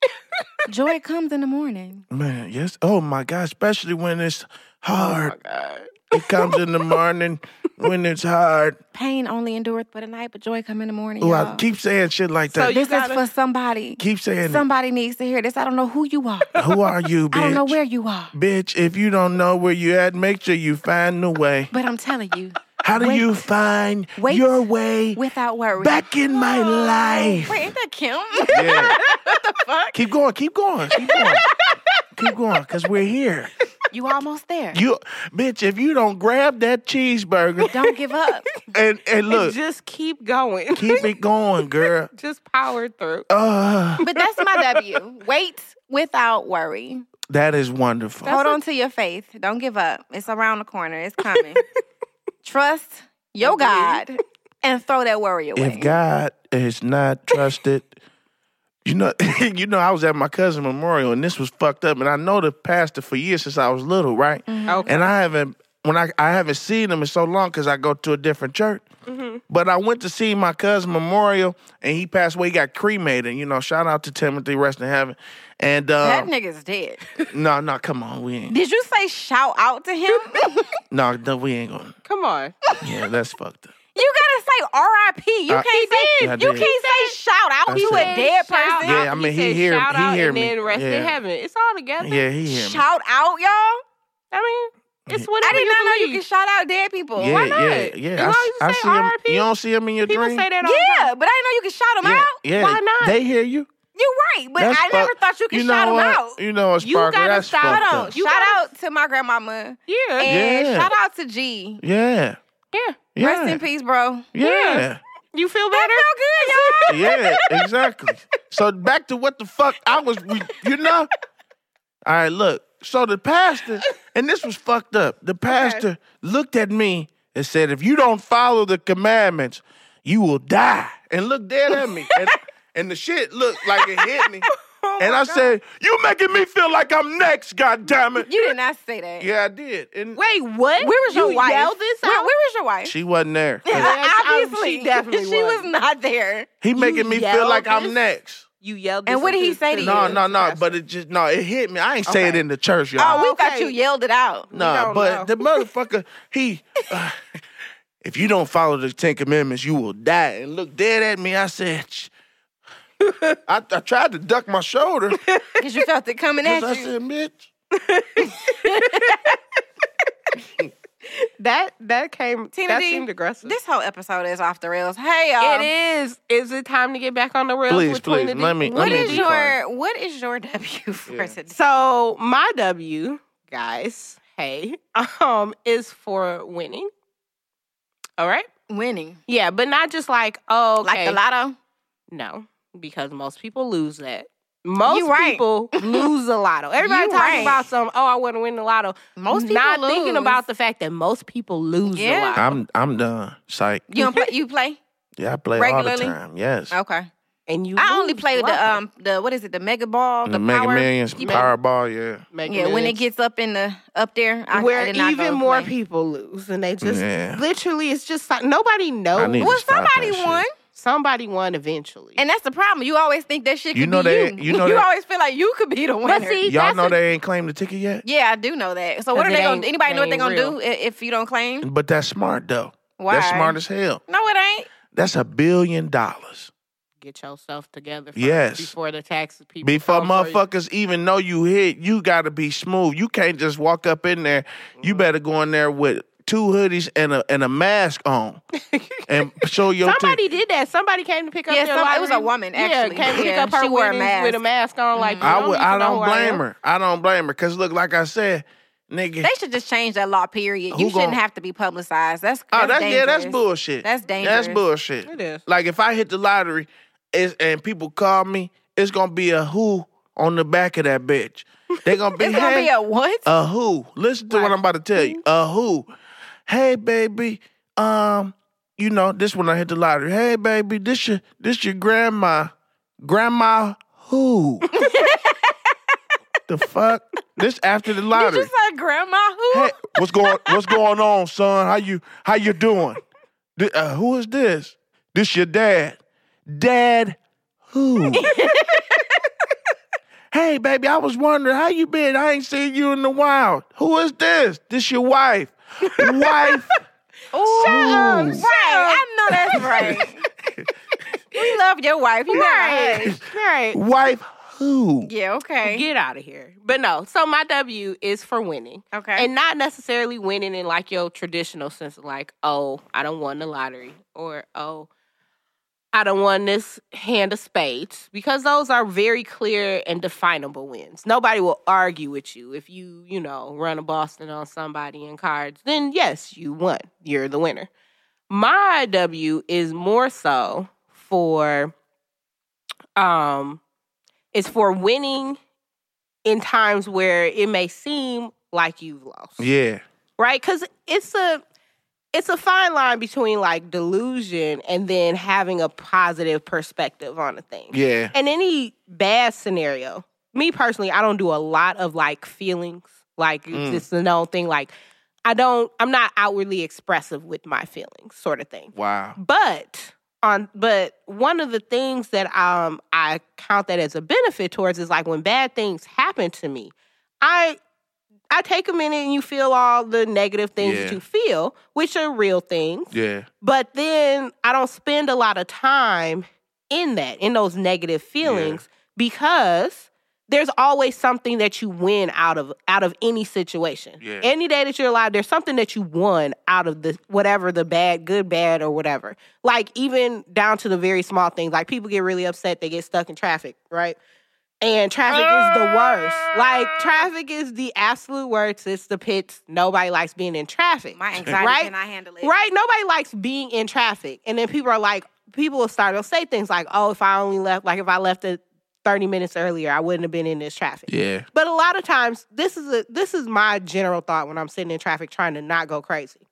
Speaker 4: [laughs] joy comes in the morning.
Speaker 6: Man, yes. Oh my God, especially when it's hard.
Speaker 3: Oh God.
Speaker 6: It comes in the morning when
Speaker 3: [laughs]
Speaker 6: it's hard.
Speaker 4: Pain only endureth for the night, but joy come in the morning.
Speaker 6: Oh,
Speaker 4: y'all.
Speaker 6: I keep saying shit like
Speaker 3: So
Speaker 6: that.
Speaker 3: you
Speaker 4: this
Speaker 3: gotta-
Speaker 4: is for somebody.
Speaker 6: keep saying it.
Speaker 4: Somebody needs to hear this. I don't know who you are.
Speaker 6: Who are
Speaker 3: [laughs]
Speaker 6: you, bitch?
Speaker 4: I don't know where you are.
Speaker 6: Bitch, if you don't know where you at, make sure you find the way.
Speaker 4: But I'm telling you,
Speaker 6: How do
Speaker 4: Wait.
Speaker 6: you find
Speaker 4: Wait.
Speaker 6: your way
Speaker 4: without worry.
Speaker 6: back in my life?
Speaker 4: Wait, ain't that Kim?
Speaker 6: Yeah. what the fuck? Keep going, keep going, keep going. keep going, because we're here.
Speaker 4: you almost there.
Speaker 6: You bitch, if you don't grab that cheeseburger
Speaker 4: don't give up.
Speaker 6: [laughs] and, and look,
Speaker 3: just keep going.
Speaker 6: keep it going, girl.
Speaker 3: just power through.
Speaker 6: Uh
Speaker 4: But that's my W. Wait without worry.
Speaker 6: that is wonderful.
Speaker 4: Hold on to your faith. Don't give up. It's around the corner.
Speaker 3: [laughs]
Speaker 4: It's coming. Trust your God and throw that worry away.
Speaker 6: if God is not trusted, you know, [laughs] you know, I was at my cousin memorial and this was fucked up, and I know the pastor for years since I was little, right?
Speaker 3: Okay.
Speaker 6: And I haven't when I I haven't seen him in so long because I go to a different church.
Speaker 3: Mm-hmm.
Speaker 6: But I went to see my cousin memorial, and he passed away. He got cremated. You know, shout out to Timothy, rest in heaven. And
Speaker 4: that
Speaker 6: um,
Speaker 4: nigga's dead.
Speaker 6: no, no, come on, we ain't.
Speaker 4: Did you say shout out
Speaker 3: [laughs]
Speaker 4: to him? you
Speaker 6: No, no, we ain't gonna.
Speaker 3: Come on.
Speaker 6: Yeah, that's fucked up.
Speaker 4: gotta say R.I.P. You
Speaker 6: I-
Speaker 4: can't
Speaker 6: He
Speaker 4: say
Speaker 6: did.
Speaker 4: you
Speaker 6: I
Speaker 4: can't say shout out.
Speaker 6: I
Speaker 4: You a
Speaker 6: said-
Speaker 4: dead
Speaker 3: Uh, Shout
Speaker 4: person.
Speaker 3: out.
Speaker 6: Yeah, I mean, he
Speaker 3: said
Speaker 6: hear-
Speaker 3: shout
Speaker 6: he
Speaker 3: out
Speaker 6: hear
Speaker 3: and
Speaker 6: me.
Speaker 3: then rest
Speaker 6: Yeah.
Speaker 3: in heaven. It's all together.
Speaker 6: Yeah, he hear me.
Speaker 4: Shout out, y'all.
Speaker 3: I mean, it's whatever
Speaker 4: I did
Speaker 3: you
Speaker 4: not know you
Speaker 3: believe.
Speaker 4: could shout out dead people.
Speaker 6: Yeah,
Speaker 3: Why not?
Speaker 6: yeah, yeah.
Speaker 3: As long as
Speaker 6: I,
Speaker 3: you
Speaker 6: I
Speaker 3: say
Speaker 6: see him.
Speaker 3: RIP,
Speaker 6: You don't see him in your
Speaker 3: People
Speaker 6: dream.
Speaker 3: say that all the time.
Speaker 4: Yeah, but I didn't know you could shout them
Speaker 6: yeah,
Speaker 4: out.
Speaker 6: yeah.
Speaker 3: Why not?
Speaker 6: They hear you.
Speaker 4: You're right, but
Speaker 6: That's
Speaker 4: I never
Speaker 6: fuck-
Speaker 4: thought you could
Speaker 6: you know
Speaker 4: shout
Speaker 6: what?
Speaker 4: them out.
Speaker 6: You know what,
Speaker 3: You
Speaker 6: Sparkle?
Speaker 3: gotta
Speaker 6: That's
Speaker 3: stop-
Speaker 6: fucked
Speaker 4: Hold on.
Speaker 6: up.
Speaker 3: You
Speaker 4: shout
Speaker 3: gotta-
Speaker 4: out to my grandmama.
Speaker 3: Yeah.
Speaker 4: And
Speaker 6: Yeah.
Speaker 4: shout out to G.
Speaker 6: Yeah,
Speaker 3: yeah.
Speaker 6: yeah,
Speaker 4: Rest in peace, bro.
Speaker 6: yeah.
Speaker 3: You feel better?
Speaker 4: That felt good, y'all.
Speaker 6: yeah, exactly. So back to what the fuck I was, we- you know. All right, look. So the pastor, and this was fucked up. The pastor looked at me and said, "If you don't follow the commandments, you will die." And looked dead at me,
Speaker 3: [laughs]
Speaker 6: and, and the shit looked like it hit me.
Speaker 3: Oh
Speaker 6: and I said, "You making me feel like I'm next, God damn it!"
Speaker 4: You did not say that.
Speaker 6: Yeah, I did. And
Speaker 3: Wait, what?
Speaker 4: Where was your
Speaker 3: you
Speaker 4: wife?
Speaker 3: yelled this
Speaker 4: Where,
Speaker 3: out?
Speaker 4: where was your wife?
Speaker 6: she wasn't there.
Speaker 3: Yes, I-
Speaker 4: Obviously,
Speaker 3: she definitely
Speaker 4: she was.
Speaker 3: was.
Speaker 4: not there.
Speaker 6: He making me feel
Speaker 3: yelled
Speaker 6: like I'm
Speaker 3: this?
Speaker 6: next.
Speaker 3: you yelled
Speaker 4: And
Speaker 3: this
Speaker 4: what did
Speaker 3: out
Speaker 4: he say to
Speaker 6: No,
Speaker 4: you?
Speaker 6: no, no. But it just no, it hit me. I ain't say it in the church, y'all.
Speaker 4: Oh, we
Speaker 3: okay.
Speaker 4: thought you yelled it out.
Speaker 6: No,
Speaker 3: don't
Speaker 6: but
Speaker 3: know.
Speaker 6: the motherfucker, he, uh, if you don't follow the Ten Commandments, you will die. And look dead at me. I said, "Sh-" I, I tried to duck
Speaker 4: [laughs]
Speaker 6: my shoulder because
Speaker 4: Because you felt it coming at
Speaker 6: I
Speaker 4: you.
Speaker 6: said, bitch.
Speaker 5: That that came.
Speaker 4: Tina
Speaker 5: that
Speaker 4: D,
Speaker 5: seemed aggressive.
Speaker 4: This whole episode is off the rails. Hey y'all.
Speaker 5: it is. Is it time to get back on the rails?
Speaker 6: Please,
Speaker 5: with
Speaker 6: please,
Speaker 5: Tina D?
Speaker 6: let me-
Speaker 4: What
Speaker 6: I mean,
Speaker 4: is
Speaker 6: be
Speaker 4: your
Speaker 6: quiet.
Speaker 4: what is your [laughs] W for
Speaker 6: Yeah.
Speaker 4: today?
Speaker 5: So my W, guys, hey, [laughs] um, is for winning. All right.
Speaker 4: Winning.
Speaker 5: Yeah, but not just like oh,
Speaker 4: Like the
Speaker 5: okay.
Speaker 4: lotto.
Speaker 5: No, because most people lose that. Most
Speaker 4: You right. [laughs]
Speaker 5: people lose the lotto. Everybody
Speaker 4: You
Speaker 5: talking
Speaker 4: right.
Speaker 5: about some. Oh, I want to win the lotto.
Speaker 4: Most people
Speaker 5: not
Speaker 4: lose.
Speaker 5: thinking about the fact that most people lose the
Speaker 4: Yeah.
Speaker 5: lotto.
Speaker 6: I'm I'm done. Psych.
Speaker 4: You don't play you play?
Speaker 6: Yeah, I play all
Speaker 4: Regularly? Oh,
Speaker 6: the time. Yes.
Speaker 4: Okay.
Speaker 5: and you,
Speaker 4: I only
Speaker 5: lose
Speaker 4: play the
Speaker 5: lotto.
Speaker 4: um the what is it, the mega ball,
Speaker 6: The,
Speaker 4: the,
Speaker 6: Mega
Speaker 4: power.
Speaker 6: Millions,
Speaker 4: You-
Speaker 6: Powerball, yeah.
Speaker 5: Mega
Speaker 4: Yeah, when it
Speaker 5: Millions.
Speaker 4: gets up in the up there, I, I
Speaker 5: where
Speaker 4: did not
Speaker 5: even
Speaker 4: go
Speaker 5: more
Speaker 4: play.
Speaker 5: people lose, and they just
Speaker 6: Yeah.
Speaker 5: literally, it's just like nobody knows.
Speaker 6: I need
Speaker 4: Well,
Speaker 6: to stop that
Speaker 4: somebody
Speaker 6: shit.
Speaker 4: won.
Speaker 5: Somebody won eventually.
Speaker 4: And that's the problem. You always think that shit could
Speaker 6: You know
Speaker 4: be
Speaker 6: that-
Speaker 4: you.
Speaker 6: you know that-
Speaker 4: always feel like you could be the winner.
Speaker 7: But see,
Speaker 6: Y'all
Speaker 7: that's
Speaker 6: know
Speaker 7: a-
Speaker 6: they ain't claimed the ticket yet,
Speaker 4: yeah, I do know that. So what
Speaker 5: 'Cause
Speaker 4: are
Speaker 5: it
Speaker 4: they gonna?
Speaker 5: ain't-
Speaker 4: do? Anybody know what
Speaker 5: it
Speaker 4: they
Speaker 5: ain't
Speaker 4: gonna
Speaker 5: real.
Speaker 4: do i- if you don't claim?
Speaker 6: but that's smart though.
Speaker 4: Why?
Speaker 6: That's smart as hell.
Speaker 4: No, it ain't.
Speaker 6: That's a billion dollars
Speaker 5: Get yourself together. first
Speaker 6: Yes.
Speaker 5: before the tax people.
Speaker 6: before
Speaker 5: come for you.
Speaker 6: motherfuckers even know you hit. You got to be smooth. You can't just walk up in there.
Speaker 5: Mm-hmm.
Speaker 6: You better go in there with two hoodies and a and a mask
Speaker 5: [laughs]
Speaker 6: on and show your ticket.
Speaker 5: Somebody did that. Somebody came to pick up
Speaker 4: Yeah,
Speaker 5: their
Speaker 4: somebody- it was a
Speaker 5: lottery.
Speaker 4: woman, actually.
Speaker 5: Yeah, came to pick
Speaker 4: Yeah,
Speaker 5: up her
Speaker 4: she wore a
Speaker 5: winnings
Speaker 4: mask.
Speaker 5: with a mask on. Like you
Speaker 6: Mm-hmm. I
Speaker 5: don't
Speaker 6: would.
Speaker 5: need to
Speaker 6: I
Speaker 5: know
Speaker 6: don't
Speaker 5: who I
Speaker 6: blame
Speaker 5: am.
Speaker 6: her. I don't blame her because look, like I said, nigga.
Speaker 4: They should just change that law. Period.
Speaker 6: Who
Speaker 4: you shouldn't
Speaker 6: gon-
Speaker 4: have to be publicized. That's, that's
Speaker 6: oh, that's yeah, that's
Speaker 4: dangerous.
Speaker 6: bullshit.
Speaker 4: That's
Speaker 6: That's
Speaker 4: dangerous.
Speaker 6: bullshit.
Speaker 5: It is.
Speaker 6: Like if I hit the lottery, it's, and people call me, it's gonna be a who on the back of that bitch. They gonna
Speaker 4: [laughs]
Speaker 6: be
Speaker 4: It's gonna
Speaker 6: hey,
Speaker 4: be a what?
Speaker 6: a who. Listen to what I'm about to tell you. A who. Hey baby, um, you know this when I hit the lottery. Hey baby, this your this your grandma, grandma
Speaker 4: [laughs]
Speaker 6: who? the fuck? This after the
Speaker 4: Did you
Speaker 6: lottery.
Speaker 4: say grandma who?
Speaker 6: Hey, what's going What's going on, son? How you How you doing? Th- uh, who is this? This your dad? Dad, who? hey, baby, I was wondering how you been. I ain't seen you in a while. Who is this? This your wife? wife?
Speaker 4: Ooh,
Speaker 6: up,
Speaker 4: right.
Speaker 6: shut
Speaker 4: I know
Speaker 6: [laughs]
Speaker 4: that's right. we love your wife. You right.
Speaker 5: Right. right.
Speaker 6: Wife? Who?
Speaker 4: Yeah. Okay.
Speaker 5: Get out of here. But no, so my W is for winning.
Speaker 4: Okay.
Speaker 5: And not necessarily winning in like your traditional sense of like, oh, I don't won the lottery or oh, I don't won this hand of spades because those are very clear and definable wins. Nobody will argue with you if you, you know, run a Boston on somebody in cards, then yes, you won. You're the winner. My W is more so for um is for winning in times where it may seem like you've lost
Speaker 6: Yeah.
Speaker 5: right because it's a it's a fine line between like delusion and then having a positive perspective on a thing
Speaker 6: Yeah.
Speaker 5: and any bad scenario me personally i don't do a lot of like feelings like
Speaker 6: Mm.
Speaker 5: it's the known thing like i don't i'm not outwardly expressive with my feelings sort of thing
Speaker 6: Wow.
Speaker 5: but on but one of the things that um I count that as a benefit towards is like when bad things happen to me, I I take a minute and you feel all the negative things that
Speaker 6: Yeah.
Speaker 5: you feel, which are real things.
Speaker 6: Yeah.
Speaker 5: But then I don't spend a lot of time in that, in those negative feelings, because there's always something that you win out of out of any situation.
Speaker 6: Yeah.
Speaker 5: Any day that you're alive, there's something that you won out of the whatever the bad, good, bad, or whatever. Like even down to the very small things. Like people get really upset, they get stuck in traffic, right? And traffic is the worst. Like traffic is the absolute worst. It's the pits. Nobody likes being in traffic.
Speaker 4: My anxiety
Speaker 5: Right?
Speaker 4: cannot handle it.
Speaker 5: Right? Nobody likes being in traffic. And then people are like, people will start, they'll say things like, oh, if I only left, like if I left it 30 minutes earlier, I wouldn't have been in this traffic.
Speaker 6: Yeah.
Speaker 5: But a lot of times, this is a this is my general thought when I'm sitting in traffic trying to not go crazy.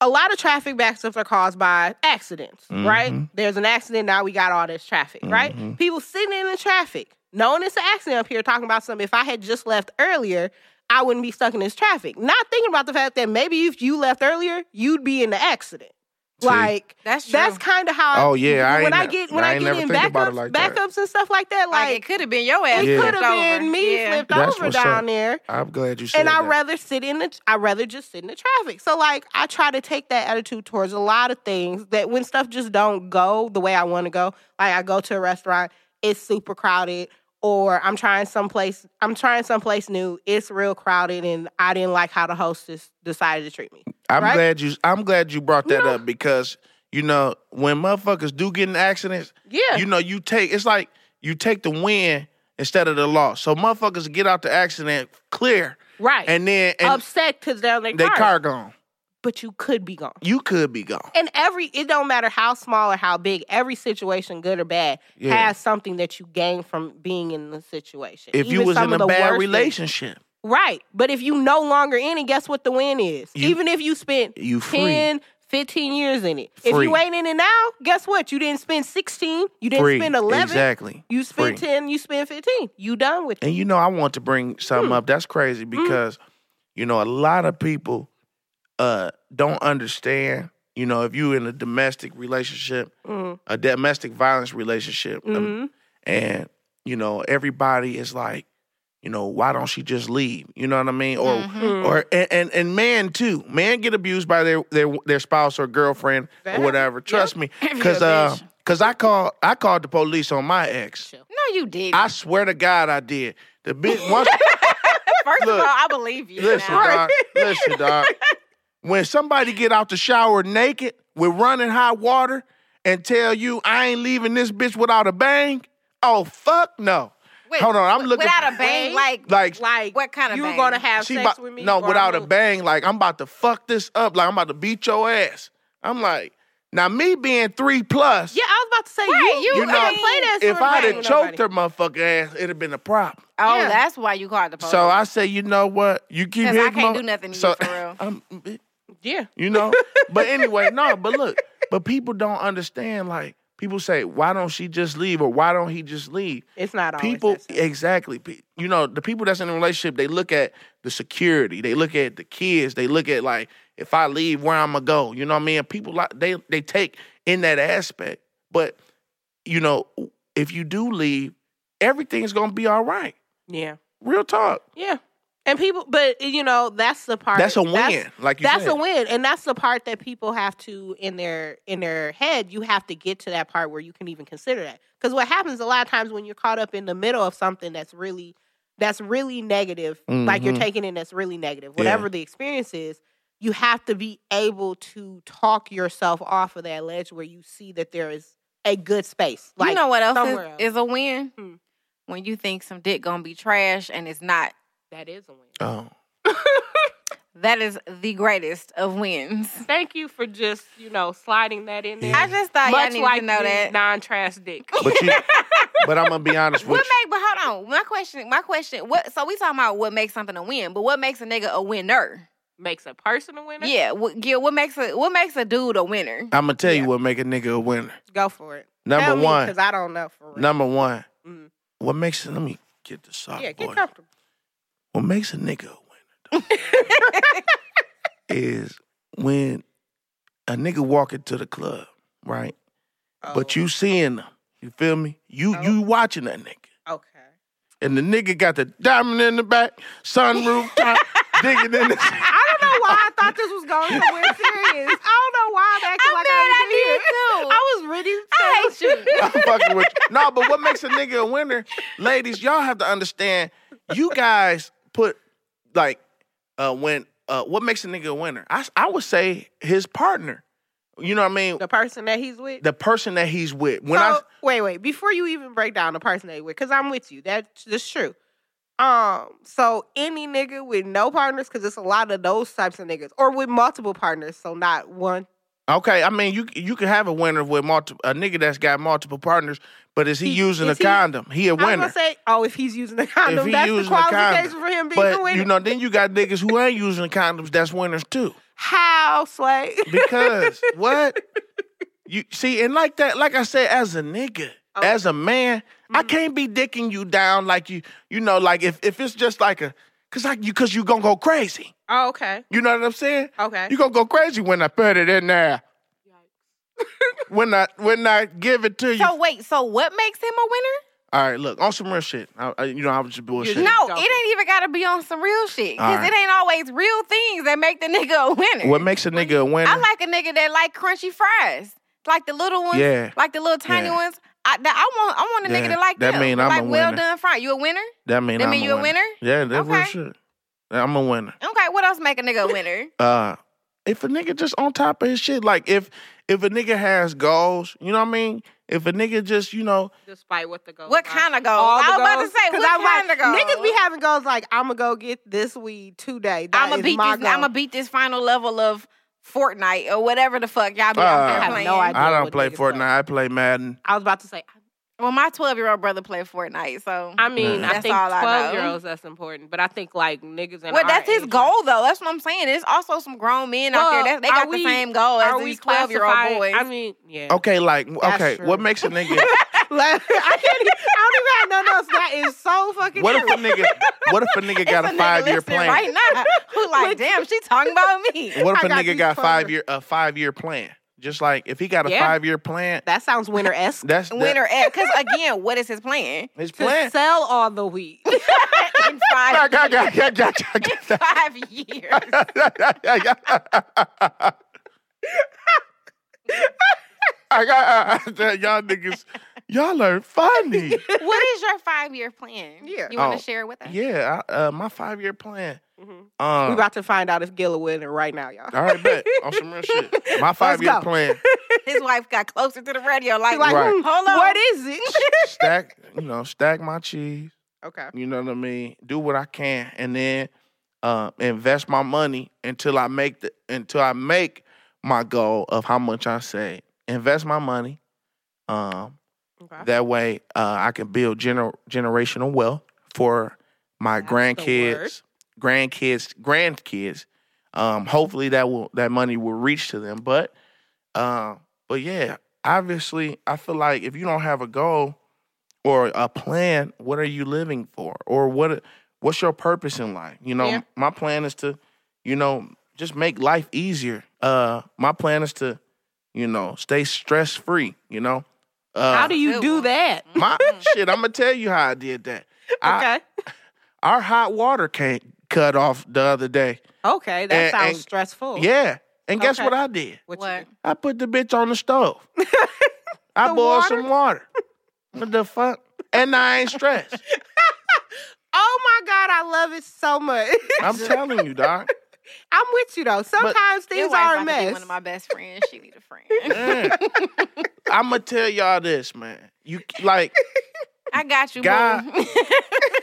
Speaker 5: A lot of traffic backups are caused by accidents, right?
Speaker 6: Mhm.
Speaker 5: There's an accident now. We got all this traffic, right?
Speaker 6: Mhm.
Speaker 5: People sitting in the traffic, knowing it's an accident up here, talking about something. If I had just left earlier, I wouldn't be stuck in this traffic. Not thinking about the fact that maybe if you left earlier, you'd be in the accident.
Speaker 6: See?
Speaker 5: Like
Speaker 4: That's true.
Speaker 5: that's kind of how.
Speaker 6: Oh, yeah, I
Speaker 5: when
Speaker 6: ain't
Speaker 5: I
Speaker 6: ne-
Speaker 5: get when
Speaker 6: I
Speaker 5: I,
Speaker 6: ain't
Speaker 5: get
Speaker 6: never
Speaker 5: in
Speaker 6: think about it
Speaker 5: backups,
Speaker 6: like that.
Speaker 5: backups and stuff like that,
Speaker 4: like,
Speaker 5: like
Speaker 4: it could have been your ass.
Speaker 5: it
Speaker 6: Yeah.
Speaker 5: could
Speaker 4: flipped
Speaker 5: have
Speaker 4: over.
Speaker 5: been me
Speaker 4: Yeah.
Speaker 5: flipped
Speaker 6: That's
Speaker 5: over
Speaker 6: what's
Speaker 5: down
Speaker 6: up.
Speaker 5: there.
Speaker 6: I'm glad you said
Speaker 5: And I'd
Speaker 6: that.
Speaker 5: rather sit in the I'd rather just sit in the traffic. So like I try to take that attitude towards a lot of things that when stuff just don't go the way I want to go, like I go to a restaurant, it's super crowded, or I'm trying someplace I'm trying someplace new. It's real crowded and I didn't like how the hostess decided to treat me.
Speaker 6: I'm
Speaker 5: Right?
Speaker 6: glad you. I'm glad you brought that up because you know when motherfuckers do get in accidents,
Speaker 5: Yeah.
Speaker 6: you know you take. It's like you take the win instead of the loss. So motherfuckers get out the accident clear,
Speaker 5: right.
Speaker 6: and then and
Speaker 5: upset because they're their
Speaker 6: they
Speaker 5: car.
Speaker 6: car gone.
Speaker 5: But you could be gone.
Speaker 6: You could be gone.
Speaker 5: And every it don't matter how small or how big, every situation, good or bad,
Speaker 6: Yeah.
Speaker 5: has something that you gain from being in the situation.
Speaker 6: If you
Speaker 5: Even
Speaker 6: was
Speaker 5: some
Speaker 6: in
Speaker 5: of
Speaker 6: a
Speaker 5: the worst
Speaker 6: bad
Speaker 5: things.
Speaker 6: relationship,
Speaker 5: Right. But if you no longer in it, guess what the win is?
Speaker 6: You-
Speaker 5: Even if you spent
Speaker 6: you free.
Speaker 5: 10, 15 years in it. If
Speaker 6: Free.
Speaker 5: you ain't in it now, guess what? You didn't spend 16, you didn't
Speaker 6: Free.
Speaker 5: spend 11.
Speaker 6: Exactly.
Speaker 5: You spent
Speaker 6: Free.
Speaker 5: 10, you spent 15. You done with it.
Speaker 6: And you know, I want to bring something up. That's crazy because, you know, a lot of people uh don't understand. You know, if you in a domestic relationship, a domestic violence relationship, um,
Speaker 5: Mm-hmm.
Speaker 6: and you know, everybody is like, you know, why don't she just leave? You know what I mean? Or
Speaker 4: Mm-hmm.
Speaker 6: or and, and and man too. Man get abused by their their their spouse or girlfriend or whatever. Trust me. Cause uh, cause I called I called the police on my ex.
Speaker 4: No, you did.
Speaker 6: I swear to God, I did. The
Speaker 4: [laughs]
Speaker 6: bitch once.
Speaker 4: First of
Speaker 6: look,
Speaker 4: all, I believe you.
Speaker 6: listen,
Speaker 4: now.
Speaker 6: dog. Listen, dog. When somebody get out the shower naked with running hot water and tell you I ain't leaving this bitch without a bang, oh fuck no.
Speaker 4: Wait,
Speaker 6: Hold on, I'm looking
Speaker 4: without a bang, like
Speaker 6: Like,
Speaker 5: Like
Speaker 4: What kind of
Speaker 5: you
Speaker 4: bang?
Speaker 5: gonna have
Speaker 6: she
Speaker 5: sex
Speaker 6: bout-
Speaker 5: with me?
Speaker 6: no
Speaker 5: or
Speaker 6: without
Speaker 5: I'm
Speaker 6: a bang. Like I'm about to fuck this up. Like I'm about to beat your ass. I'm like, now me being three plus.
Speaker 5: Yeah, I was about to say
Speaker 4: Right,
Speaker 5: you.
Speaker 4: you-
Speaker 5: You
Speaker 4: I
Speaker 5: not
Speaker 4: mean,
Speaker 5: play that.
Speaker 6: If
Speaker 5: sort of
Speaker 6: I'd
Speaker 5: bang
Speaker 6: have
Speaker 5: with
Speaker 6: choked
Speaker 5: nobody.
Speaker 6: her motherfucking ass, it'd have been a problem.
Speaker 4: oh,
Speaker 5: yeah.
Speaker 4: that's why you called the police.
Speaker 6: So I say, you know what? You keep
Speaker 4: Um, 'Cause I
Speaker 6: hitting
Speaker 4: can't
Speaker 6: my-
Speaker 4: do nothing to you,
Speaker 6: so,
Speaker 4: for
Speaker 6: [laughs]
Speaker 4: real.
Speaker 6: um,
Speaker 5: yeah,
Speaker 6: you know.
Speaker 5: [laughs]
Speaker 6: but anyway, no. But look, but people don't understand. Like people say, why don't she just leave or why don't he just leave?
Speaker 5: it's not always
Speaker 6: people
Speaker 5: that simple.
Speaker 6: exactly. Pe- You know, the people that's in a relationship, they look at the security, they look at the kids, they look at like if I leave, where I'm gonna go. You know what I mean? People like they they take in that aspect, but you know, if you do leave, everything's gonna be all right.
Speaker 5: Yeah,
Speaker 6: Real talk.
Speaker 5: yeah. And people, but you know, that's the part.
Speaker 6: That's a win, like you
Speaker 5: that's
Speaker 6: said.
Speaker 5: a win, and that's the part that people have to in their in their head. You have to get to that part where you can even consider that. Because what happens a lot of times when you're caught up in the middle of something that's really that's really negative, like you're
Speaker 6: Mhm.
Speaker 5: taking in that's really negative,
Speaker 6: Yeah.
Speaker 5: whatever the experience is. You have to be able to talk yourself off of that ledge where you see that there is a good space. Like
Speaker 4: you know what else is,
Speaker 5: somewhere else.
Speaker 4: is a win?
Speaker 5: Hmm.
Speaker 4: When you think some dick gonna be trash and it's not.
Speaker 5: that is a win.
Speaker 6: Oh,
Speaker 4: That is the greatest of wins.
Speaker 5: Thank you for just you know sliding that in there.
Speaker 4: I just thought y'all
Speaker 5: Much
Speaker 4: needed
Speaker 5: like
Speaker 4: to know
Speaker 5: the
Speaker 4: that.
Speaker 5: non-trash dick.
Speaker 6: [laughs] [laughs] but you. but I'm gonna be honest with
Speaker 4: What
Speaker 6: you.
Speaker 4: make? But hold on. My question. My question. What? So we talking about what makes something a win, but what makes a nigga a winner?
Speaker 5: makes a person a winner.
Speaker 4: Yeah. What, Gil, what makes a what makes a dude a winner?
Speaker 6: I'm gonna tell you what make a nigga a winner.
Speaker 5: Go for it.
Speaker 6: Number one.
Speaker 5: because I don't know for real.
Speaker 6: Number one,
Speaker 5: Mm.
Speaker 6: what makes let me get the soft
Speaker 5: yeah,
Speaker 6: boy.
Speaker 5: get comfortable.
Speaker 6: What makes a nigga a winner
Speaker 5: [laughs]
Speaker 6: though, is when a nigga walk into the club, right? But
Speaker 5: Oh.
Speaker 6: you seeing them, you feel me? You you watching that nigga,
Speaker 5: Oh, Okay.
Speaker 6: and the nigga got the diamond in the back, sunroof
Speaker 5: [laughs]
Speaker 6: top, digging in the. [laughs]
Speaker 5: I don't know why I thought this was going somewhere [laughs] serious. I don't know why I'm acting
Speaker 4: I
Speaker 5: like
Speaker 4: bet I did
Speaker 5: I
Speaker 4: too.
Speaker 5: did. I was really.
Speaker 4: I hate
Speaker 5: [laughs]
Speaker 4: you.
Speaker 6: I'm fucking with you. No, but what makes a nigga a winner, ladies, y'all have to understand, you guys put like uh when uh what makes a nigga a winner? I I would say his partner. You know what I mean?
Speaker 5: The person that he's with.
Speaker 6: The person that he's with. When
Speaker 5: so,
Speaker 6: I
Speaker 5: wait, wait. Before you even break down the person that you with, because I'm with you. That's just true. Um, so any nigga with no partners, because it's a lot of those types of niggas, or with multiple partners, so not one.
Speaker 6: Okay, I mean you you can have a winner with multiple a nigga that's got multiple partners, but is he,
Speaker 5: He-
Speaker 6: using
Speaker 5: is
Speaker 6: a
Speaker 5: he-
Speaker 6: condom? He a
Speaker 5: I was
Speaker 6: winner.
Speaker 5: gonna say, oh, if he's using a condom,
Speaker 6: he
Speaker 5: that's the
Speaker 6: using a condom.
Speaker 5: qualification for him being a
Speaker 6: but
Speaker 5: winner.
Speaker 6: you know, then you got niggas who ain't using condoms that's winners too.
Speaker 5: How, [laughs] Slay?
Speaker 4: [laughs]
Speaker 6: Because what? You see, and like that, like I said, as a nigga,
Speaker 4: Oh.
Speaker 6: as a man, I
Speaker 4: Mm-hmm.
Speaker 6: can't be dicking you down like you, you know, like if if it's just like a cause I you cause you gonna go crazy.
Speaker 5: Oh, okay.
Speaker 6: You know what I'm saying?
Speaker 5: Okay.
Speaker 6: You gonna go crazy when I put it in there. [laughs] when I when I give it to you.
Speaker 5: Mm.
Speaker 4: So wait. So what makes him a winner?
Speaker 6: All right, look, on some real shit. I, I- you know, I was just bullshitting.
Speaker 4: No,
Speaker 5: Joking.
Speaker 4: it ain't even got to be on some real shit
Speaker 6: All
Speaker 4: because
Speaker 6: right.
Speaker 4: it ain't always real things that make the nigga a winner.
Speaker 6: What makes a nigga a winner?
Speaker 4: I like a nigga that like crunchy fries, like the little ones,
Speaker 6: Yeah.
Speaker 4: like the little tiny
Speaker 6: Yeah.
Speaker 4: ones. I, that, I want I want a nigga
Speaker 6: Yeah,
Speaker 4: to like
Speaker 6: that
Speaker 4: them.
Speaker 6: mean I'm a
Speaker 4: like well
Speaker 6: winner.
Speaker 4: done front. You a winner?
Speaker 6: That mean
Speaker 4: That
Speaker 6: I'm
Speaker 4: mean
Speaker 6: a
Speaker 4: you a winner?
Speaker 6: Yeah, that real
Speaker 4: Okay.
Speaker 6: shit. I'm a winner.
Speaker 4: Okay, what else make a
Speaker 6: [laughs]
Speaker 4: nigga a winner?
Speaker 6: Uh, if a nigga just on top of his shit, like if if a nigga has goals, you know what I mean. If a nigga just you know,
Speaker 5: Despite what the goals.
Speaker 4: what
Speaker 5: are.
Speaker 4: kind of goal?
Speaker 5: All the
Speaker 4: I was about to
Speaker 5: goals.
Speaker 4: say
Speaker 5: 'Cause
Speaker 4: what
Speaker 5: I'm
Speaker 4: kind
Speaker 5: like,
Speaker 4: of goal?
Speaker 5: Niggas be having goals like I'm gonna go get this weed today. That
Speaker 4: I'm gonna
Speaker 5: is
Speaker 4: beat this.
Speaker 5: my
Speaker 4: I'm
Speaker 5: goal.
Speaker 4: gonna beat this final level of Fortnite or whatever the fuck y'all be
Speaker 6: Uh,
Speaker 4: out there
Speaker 5: I have
Speaker 4: playing.
Speaker 5: no idea.
Speaker 6: I don't
Speaker 5: what
Speaker 6: play
Speaker 5: niggas play.
Speaker 6: Fortnite. I play Madden.
Speaker 5: I was about to say.
Speaker 4: Well, my 12 year old brother played Fortnite, so
Speaker 5: I Mm. mean, I
Speaker 4: That's
Speaker 5: think
Speaker 4: all I know.
Speaker 5: twelve year olds that's important, but I think like niggas and
Speaker 4: well, that's his goal though. That's what I'm saying. There's also some grown men out there.
Speaker 5: Well,
Speaker 4: That, they
Speaker 5: are
Speaker 4: got
Speaker 5: we-
Speaker 4: the same goal
Speaker 5: Are
Speaker 4: as
Speaker 5: we
Speaker 4: these 12 year old boys.
Speaker 5: classified- I mean, yeah.
Speaker 6: Okay, like okay,
Speaker 5: true.
Speaker 6: what makes a nigga?
Speaker 5: [laughs] Like, I can't. Even, I don't even have no notes. That is so fucking.
Speaker 6: what if
Speaker 5: true.
Speaker 6: a nigga? What if a nigga
Speaker 4: [laughs]
Speaker 6: got
Speaker 4: It's
Speaker 6: a
Speaker 4: nigga
Speaker 6: five year
Speaker 4: listening
Speaker 6: plan?
Speaker 4: right
Speaker 5: [laughs]
Speaker 4: now? Who like, damn, she talking about me?
Speaker 6: What if
Speaker 5: I
Speaker 6: a
Speaker 5: got
Speaker 6: nigga
Speaker 5: these
Speaker 6: got
Speaker 5: plans.
Speaker 6: five year a five year plan? Just like if he got a
Speaker 5: Yeah.
Speaker 6: five year plan,
Speaker 5: That sounds winter
Speaker 6: [laughs]
Speaker 5: esque.
Speaker 6: that's that-
Speaker 4: Winner at because again, what is his plan?
Speaker 6: his
Speaker 5: to
Speaker 6: plan.
Speaker 5: sell all the weed.
Speaker 6: Uh-huh.
Speaker 4: In five, [laughs] five years.
Speaker 6: [laughs] I got y'all niggas. Y'all
Speaker 5: [laughs]
Speaker 6: are funny.
Speaker 4: What is your five year plan?
Speaker 5: Yeah.
Speaker 4: You want
Speaker 6: Oh,
Speaker 4: to share it with us?
Speaker 6: Yeah, I, uh, my five year plan.
Speaker 5: Mhm. [laughs]
Speaker 6: Um,
Speaker 5: we about to find out if Gil a winner right now, y'all.
Speaker 6: all right, bet on some
Speaker 5: [laughs]
Speaker 6: real shit. My five year
Speaker 5: go. [laughs]
Speaker 6: plan.
Speaker 4: His wife got closer to the radio, like,
Speaker 5: Like,
Speaker 6: Right.
Speaker 5: hmm,
Speaker 4: Hold on.
Speaker 5: what is
Speaker 6: [laughs]
Speaker 5: it?
Speaker 6: Stack, you know, stack my cheese.
Speaker 5: okay.
Speaker 6: You know what I mean? Do what I can, and then uh, invest my money until I make the until I make my goal of how much I say. Invest my money. Um,
Speaker 5: Okay.
Speaker 6: that way uh, I can build gener- generational wealth for my
Speaker 5: That's the
Speaker 6: grandkids, grandkids, grandkids. Um, hopefully that will that money will reach to them. But um, but yeah, obviously I feel like if you don't have a goal or a plan, what are you living for? Or what what's your purpose in life? You know,
Speaker 5: Yeah.
Speaker 6: my plan is to, you know, just make life easier. Uh my plan is to, you know, stay stress free, you know. Uh,
Speaker 5: How do you
Speaker 4: Good
Speaker 5: do
Speaker 4: one.
Speaker 5: that? [laughs]
Speaker 6: my shit, I'm gonna tell you how I did that. I,
Speaker 5: Okay.
Speaker 6: our hot water can cut off the other day.
Speaker 5: Okay. That
Speaker 6: And-
Speaker 5: sounds
Speaker 6: and-
Speaker 5: stressful.
Speaker 6: Yeah. And guess
Speaker 5: Oh. Okay.
Speaker 6: what I did?
Speaker 5: What? you
Speaker 4: What?
Speaker 5: do?
Speaker 6: I put the bitch on the stove.
Speaker 5: [laughs]
Speaker 6: I
Speaker 5: The
Speaker 6: boiled
Speaker 5: water?
Speaker 6: some water. What the fuck? And I
Speaker 5: [laughs]
Speaker 6: ain't stressed.
Speaker 5: Oh my God, I love it so much. [laughs]
Speaker 6: I'm telling you, dog.
Speaker 5: I'm with you though. Sometimes
Speaker 4: Your
Speaker 5: things
Speaker 4: wife
Speaker 5: are
Speaker 4: about
Speaker 5: a
Speaker 4: to be one
Speaker 5: mess.
Speaker 4: of my best friends. She need a
Speaker 6: [laughs]
Speaker 4: friend.
Speaker 6: I'm gonna tell y'all this, man. You like
Speaker 4: I got you,
Speaker 6: God.
Speaker 4: boo. [laughs]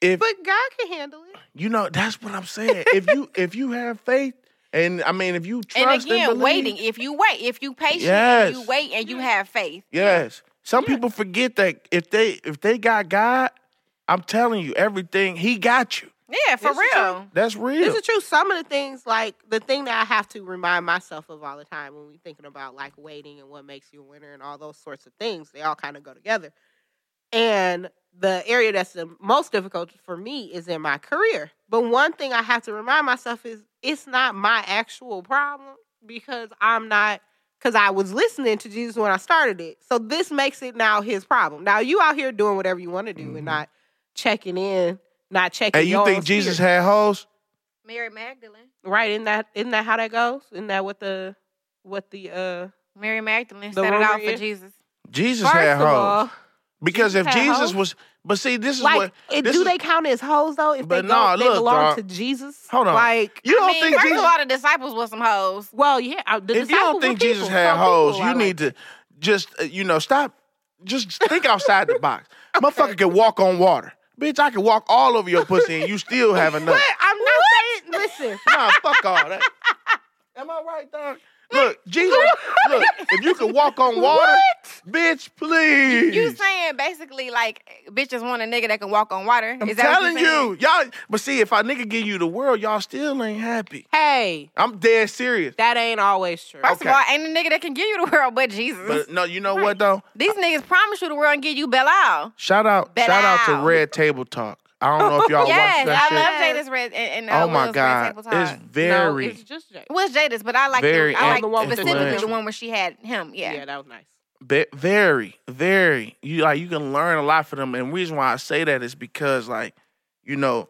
Speaker 6: if
Speaker 5: But God can handle it.
Speaker 6: you know that's what I'm saying. If you if you have faith, and I mean if you trust
Speaker 4: and again,
Speaker 6: believe-
Speaker 4: waiting. If you wait, if you patient,
Speaker 6: Yes.
Speaker 4: and you wait, and you have faith.
Speaker 6: Yes. Some people forget that if they if they got God, I'm telling you, everything He got you.
Speaker 4: Yeah,
Speaker 5: This
Speaker 4: for
Speaker 5: is
Speaker 4: real.
Speaker 6: That's
Speaker 5: This
Speaker 6: real.
Speaker 5: is true. Some of the things, like the thing that I have to remind myself of all the time when we're thinking about like waiting and what makes you a winner and all those sorts of things, they all kind of go together. And the area that's the most difficult for me is in my career. But one thing I have to remind myself is it's not my actual problem because I'm not because I was listening to Jesus when I started it. So this makes it now his problem. Now you out here doing whatever you want to do
Speaker 6: Mhm.
Speaker 5: and not checking in, not checking.
Speaker 6: Hey, you
Speaker 5: your
Speaker 6: think
Speaker 5: own
Speaker 6: Jesus
Speaker 5: spirit.
Speaker 6: had hoes?
Speaker 4: Mary Magdalene.
Speaker 5: Right, isn't that isn't that how that goes? Isn't that what the what the uh
Speaker 4: Mary Magdalene
Speaker 5: The
Speaker 4: set it out
Speaker 5: rumor
Speaker 4: for
Speaker 5: is-
Speaker 4: Jesus.
Speaker 6: Jesus
Speaker 5: first
Speaker 6: had
Speaker 5: of
Speaker 6: hoes.
Speaker 5: all,
Speaker 6: because if
Speaker 5: Jesus had
Speaker 6: Jesus
Speaker 5: hoes?
Speaker 6: was, but see, this is
Speaker 5: like
Speaker 6: what
Speaker 5: it,
Speaker 6: this
Speaker 5: do
Speaker 6: is-
Speaker 5: they count as hoes though? If
Speaker 6: But
Speaker 5: they
Speaker 6: nah,
Speaker 5: don't, they
Speaker 6: look,
Speaker 5: belong
Speaker 6: dog.
Speaker 5: to Jesus.
Speaker 6: Hold on.
Speaker 5: like
Speaker 6: you don't
Speaker 4: I mean,
Speaker 6: think
Speaker 4: first
Speaker 6: Jesus?
Speaker 4: of all, the disciples was some hoes.
Speaker 5: well, yeah. I- The
Speaker 6: if you don't
Speaker 5: disciples were
Speaker 6: think Jesus
Speaker 5: people.
Speaker 6: had
Speaker 5: Some
Speaker 6: hoes,
Speaker 5: people
Speaker 6: you
Speaker 5: are
Speaker 6: need to just uh, you know stop. Just think outside the box. Motherfucker can walk on water, bitch. I can walk all over your pussy and you still have enough.
Speaker 5: Like, but I'm not saying.
Speaker 4: [laughs]
Speaker 5: Listen,
Speaker 6: Nah, fuck all that. Am I right, dog? Look, Jesus, look, if you can walk on water, bitch, please.
Speaker 4: You saying basically like bitches want a nigga that can walk on water?
Speaker 6: I'm
Speaker 4: Is that
Speaker 6: telling
Speaker 4: what you're saying?
Speaker 6: you, y'all. But see, if a nigga give you the world, y'all still ain't happy.
Speaker 5: hey,
Speaker 6: I'm dead serious.
Speaker 5: that ain't always true.
Speaker 4: First
Speaker 6: Okay.
Speaker 4: of all, ain't a nigga that can give you the world but Jesus.
Speaker 6: But no, you know what though?
Speaker 4: These niggas promise you the world and give you Belial.
Speaker 6: Shout out,
Speaker 4: Bet
Speaker 6: shout out
Speaker 4: out.
Speaker 6: to Red Table Talk. I don't know if y'all watch
Speaker 4: Yes,
Speaker 6: that
Speaker 4: I
Speaker 6: shit.
Speaker 4: love Jada's red and, and uh,
Speaker 6: oh my
Speaker 4: Will's Red
Speaker 6: god,
Speaker 4: Table Talk.
Speaker 6: it's very.
Speaker 5: no, it's just Jay.
Speaker 4: Well, it's Jada's, but I like
Speaker 6: Very
Speaker 4: the, I like
Speaker 5: Oh, the one with the
Speaker 4: specifically the
Speaker 6: influential.
Speaker 4: one where she had him.
Speaker 5: Yeah.
Speaker 4: Yeah.
Speaker 5: that was nice.
Speaker 6: Be- very, very. You like you can learn a lot from them. And reason why I say that is because like, you know,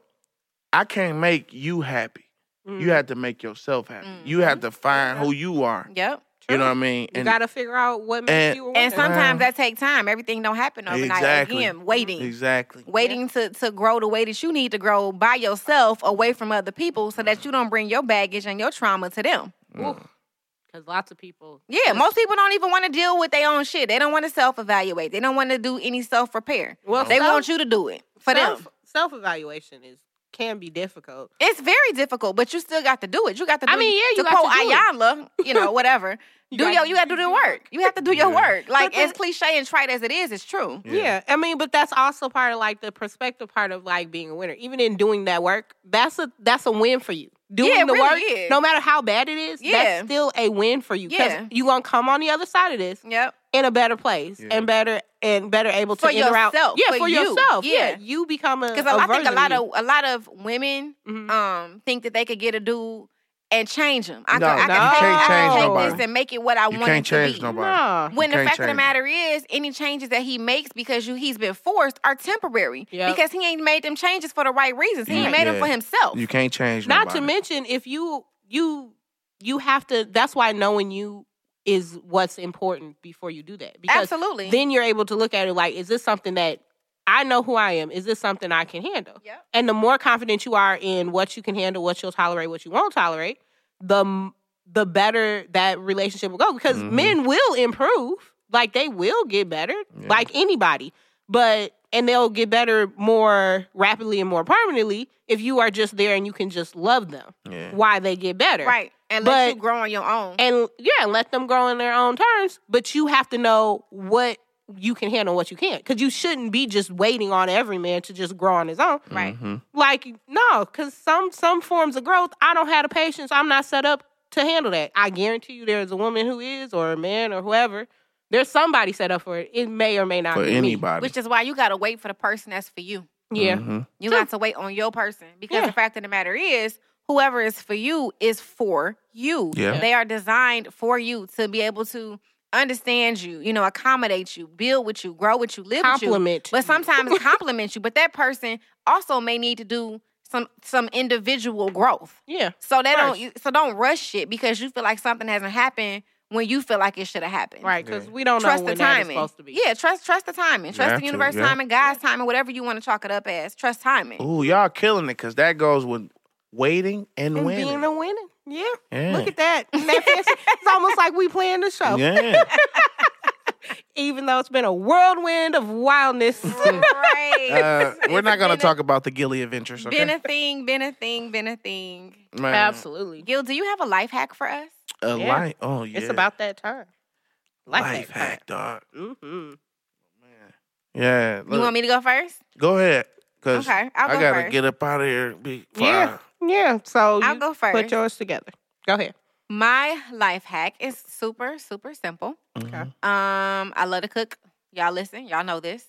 Speaker 6: I
Speaker 4: Mm.
Speaker 6: can't
Speaker 4: Mm-hmm.
Speaker 6: make you happy. You have to make yourself happy. You have to find who you are.
Speaker 4: Yep.
Speaker 6: You know what I mean?
Speaker 5: You gotta figure out what makes
Speaker 6: and-
Speaker 5: you. a woman.
Speaker 4: And sometimes
Speaker 6: Wow.
Speaker 4: that take time. Everything don't happen overnight.
Speaker 6: Exactly.
Speaker 4: Again, waiting.
Speaker 6: exactly.
Speaker 4: Waiting to, to grow the way that you need to grow by yourself, away from other people, so that you don't bring your baggage and your trauma to them.
Speaker 5: Because lots of people.
Speaker 4: Yeah, most people don't even want to deal with their own shit. They don't want to self evaluate. They don't want to do any self repair.
Speaker 5: Well,
Speaker 4: They
Speaker 5: self-
Speaker 4: want you to do it for them.
Speaker 5: self, self evaluation is can be difficult.
Speaker 4: It's very difficult, but you still got to do it. You got to. Do,
Speaker 5: I mean, yeah, you
Speaker 4: to
Speaker 5: got
Speaker 4: quote
Speaker 5: to do it.
Speaker 4: Ayala, you
Speaker 5: [laughs]
Speaker 4: know, whatever. do
Speaker 5: gotta-
Speaker 4: your, you got to do the work. You have to do your work. Like
Speaker 5: But the-
Speaker 4: as cliche and trite as it is, it's true.
Speaker 5: Yeah. I mean, but that's also part of like the perspective part of like being a winner. Even in doing that work, that's a that's a win for you. Doing
Speaker 4: Yeah, it
Speaker 5: the
Speaker 4: really
Speaker 5: work,
Speaker 4: is.
Speaker 5: no matter how bad it is,
Speaker 4: Yeah.
Speaker 5: that's still a win for you. 'Cause
Speaker 4: Yeah.
Speaker 5: you gonna come on the other side of this
Speaker 4: Yep.
Speaker 5: in a better place
Speaker 6: Yeah.
Speaker 5: and better and better able to
Speaker 4: For
Speaker 5: interact.
Speaker 4: yourself,
Speaker 5: yeah,
Speaker 4: for
Speaker 5: for,
Speaker 4: you.
Speaker 5: yourself. Yeah.
Speaker 4: Yeah.
Speaker 5: you become a
Speaker 4: Because
Speaker 5: a
Speaker 4: I think a
Speaker 5: version
Speaker 4: lot
Speaker 5: you.
Speaker 4: of a lot of women
Speaker 5: Mhm.
Speaker 4: um think that they could get a dude and change him. I
Speaker 6: No,
Speaker 4: can, I
Speaker 5: you
Speaker 4: can
Speaker 5: can't
Speaker 4: take, I
Speaker 5: change
Speaker 4: can take
Speaker 6: nobody.
Speaker 4: this and make it what I
Speaker 6: You
Speaker 4: want
Speaker 6: can't
Speaker 4: it to
Speaker 6: change
Speaker 4: be.
Speaker 6: nobody.
Speaker 5: Nah.
Speaker 4: When the
Speaker 6: can't
Speaker 4: fact of the
Speaker 6: change it.
Speaker 4: matter is, any changes that he makes because you he's been forced are temporary
Speaker 5: Yep.
Speaker 4: because he ain't made them changes for the right reasons. He ain't
Speaker 6: Yeah.
Speaker 4: made them for himself.
Speaker 6: You can't change
Speaker 5: Not
Speaker 6: nobody.
Speaker 5: to mention, if you you you have to. That's why knowing you is what's important before you do that. Because
Speaker 4: Absolutely.
Speaker 5: then you're able to look at it like, is this something that I know who I am? Is this something I can handle?
Speaker 4: Yep.
Speaker 5: And the more confident you are in what you can handle, what you'll tolerate, what you won't tolerate, the m- the better that relationship will go. Because
Speaker 6: Mhm.
Speaker 5: men will improve, like they will get better,
Speaker 6: Yeah.
Speaker 5: like anybody. But and they'll get better more rapidly and more permanently if you are just there and you can just love them
Speaker 6: Yeah.
Speaker 5: why they get better.
Speaker 4: Right. And let
Speaker 5: But-
Speaker 4: you grow on your own.
Speaker 5: And yeah, let them grow in their own terms, but you have to know what you can handle, what you can't. Because you shouldn't be just waiting on every man to just grow on his own.
Speaker 4: right.
Speaker 6: Mhm.
Speaker 5: Like, no, because some some forms of growth, I don't have the patience. I'm not set up to handle that. I guarantee you there's a woman who is, or a man, or whoever. There's somebody set up for it. It may or may not
Speaker 6: For
Speaker 5: be me.
Speaker 6: anybody.
Speaker 4: Which is why you gotta wait for the person that's for you.
Speaker 5: Yeah.
Speaker 6: Mhm.
Speaker 4: You
Speaker 5: True.
Speaker 4: got to wait on your person because
Speaker 5: Yeah.
Speaker 4: the fact of the matter is, whoever is for you is for you.
Speaker 6: Yeah.
Speaker 4: They are designed for you to be able to understand you, you know, accommodate you, build with you, grow with you, live with you.
Speaker 5: Compliment.
Speaker 4: But sometimes compliment you. But that person also may need to do some some individual growth.
Speaker 5: yeah.
Speaker 4: So they
Speaker 5: First.
Speaker 4: don't you- so don't rush it because you feel like something hasn't happened when you feel like it should have happened.
Speaker 5: Right. Because we don't
Speaker 4: Trust
Speaker 5: know
Speaker 4: the
Speaker 5: when that is
Speaker 4: timing.
Speaker 5: supposed to be.
Speaker 4: Yeah, trust trust the timing. Trust
Speaker 6: have
Speaker 4: the
Speaker 6: to,
Speaker 4: universe
Speaker 6: yeah.
Speaker 4: timing, God's timing, whatever you want to chalk it up as. Trust timing. [laughs]
Speaker 6: Ooh, y'all killing it because that goes with waiting and,
Speaker 5: And
Speaker 6: winning.
Speaker 5: being a winner. Yeah.
Speaker 6: yeah.
Speaker 5: Look at that. Isn't that fancy? it's almost like we playing the show.
Speaker 6: Yeah.
Speaker 5: Even though it's been a whirlwind of wildness. [laughs]
Speaker 4: right.
Speaker 6: Uh, we're not gonna
Speaker 4: It's
Speaker 6: talk about the Gilly adventures. Okay?
Speaker 4: Been a thing, been a thing, been a thing.
Speaker 6: Man,
Speaker 5: Absolutely.
Speaker 4: Gil, do you have a life hack for us?
Speaker 6: A
Speaker 5: Yeah.
Speaker 6: life. Oh yeah.
Speaker 5: It's about that time.
Speaker 6: life,
Speaker 5: Life, hack.
Speaker 6: hack, dog.
Speaker 5: Mm-hmm.
Speaker 6: Yeah.
Speaker 4: You
Speaker 6: look,
Speaker 4: want me to go first?
Speaker 6: go ahead. Cause
Speaker 4: Okay, I'll
Speaker 6: Uh, I
Speaker 4: go
Speaker 6: gotta
Speaker 4: first.
Speaker 6: get up out of here. Be
Speaker 5: Yeah. Yeah. So
Speaker 4: I'll
Speaker 5: you
Speaker 4: go
Speaker 5: put
Speaker 4: first.
Speaker 5: yours together. Go ahead.
Speaker 4: My life hack is super, super simple.
Speaker 6: Okay.
Speaker 4: Um, I love to cook. Y'all listen, y'all know this.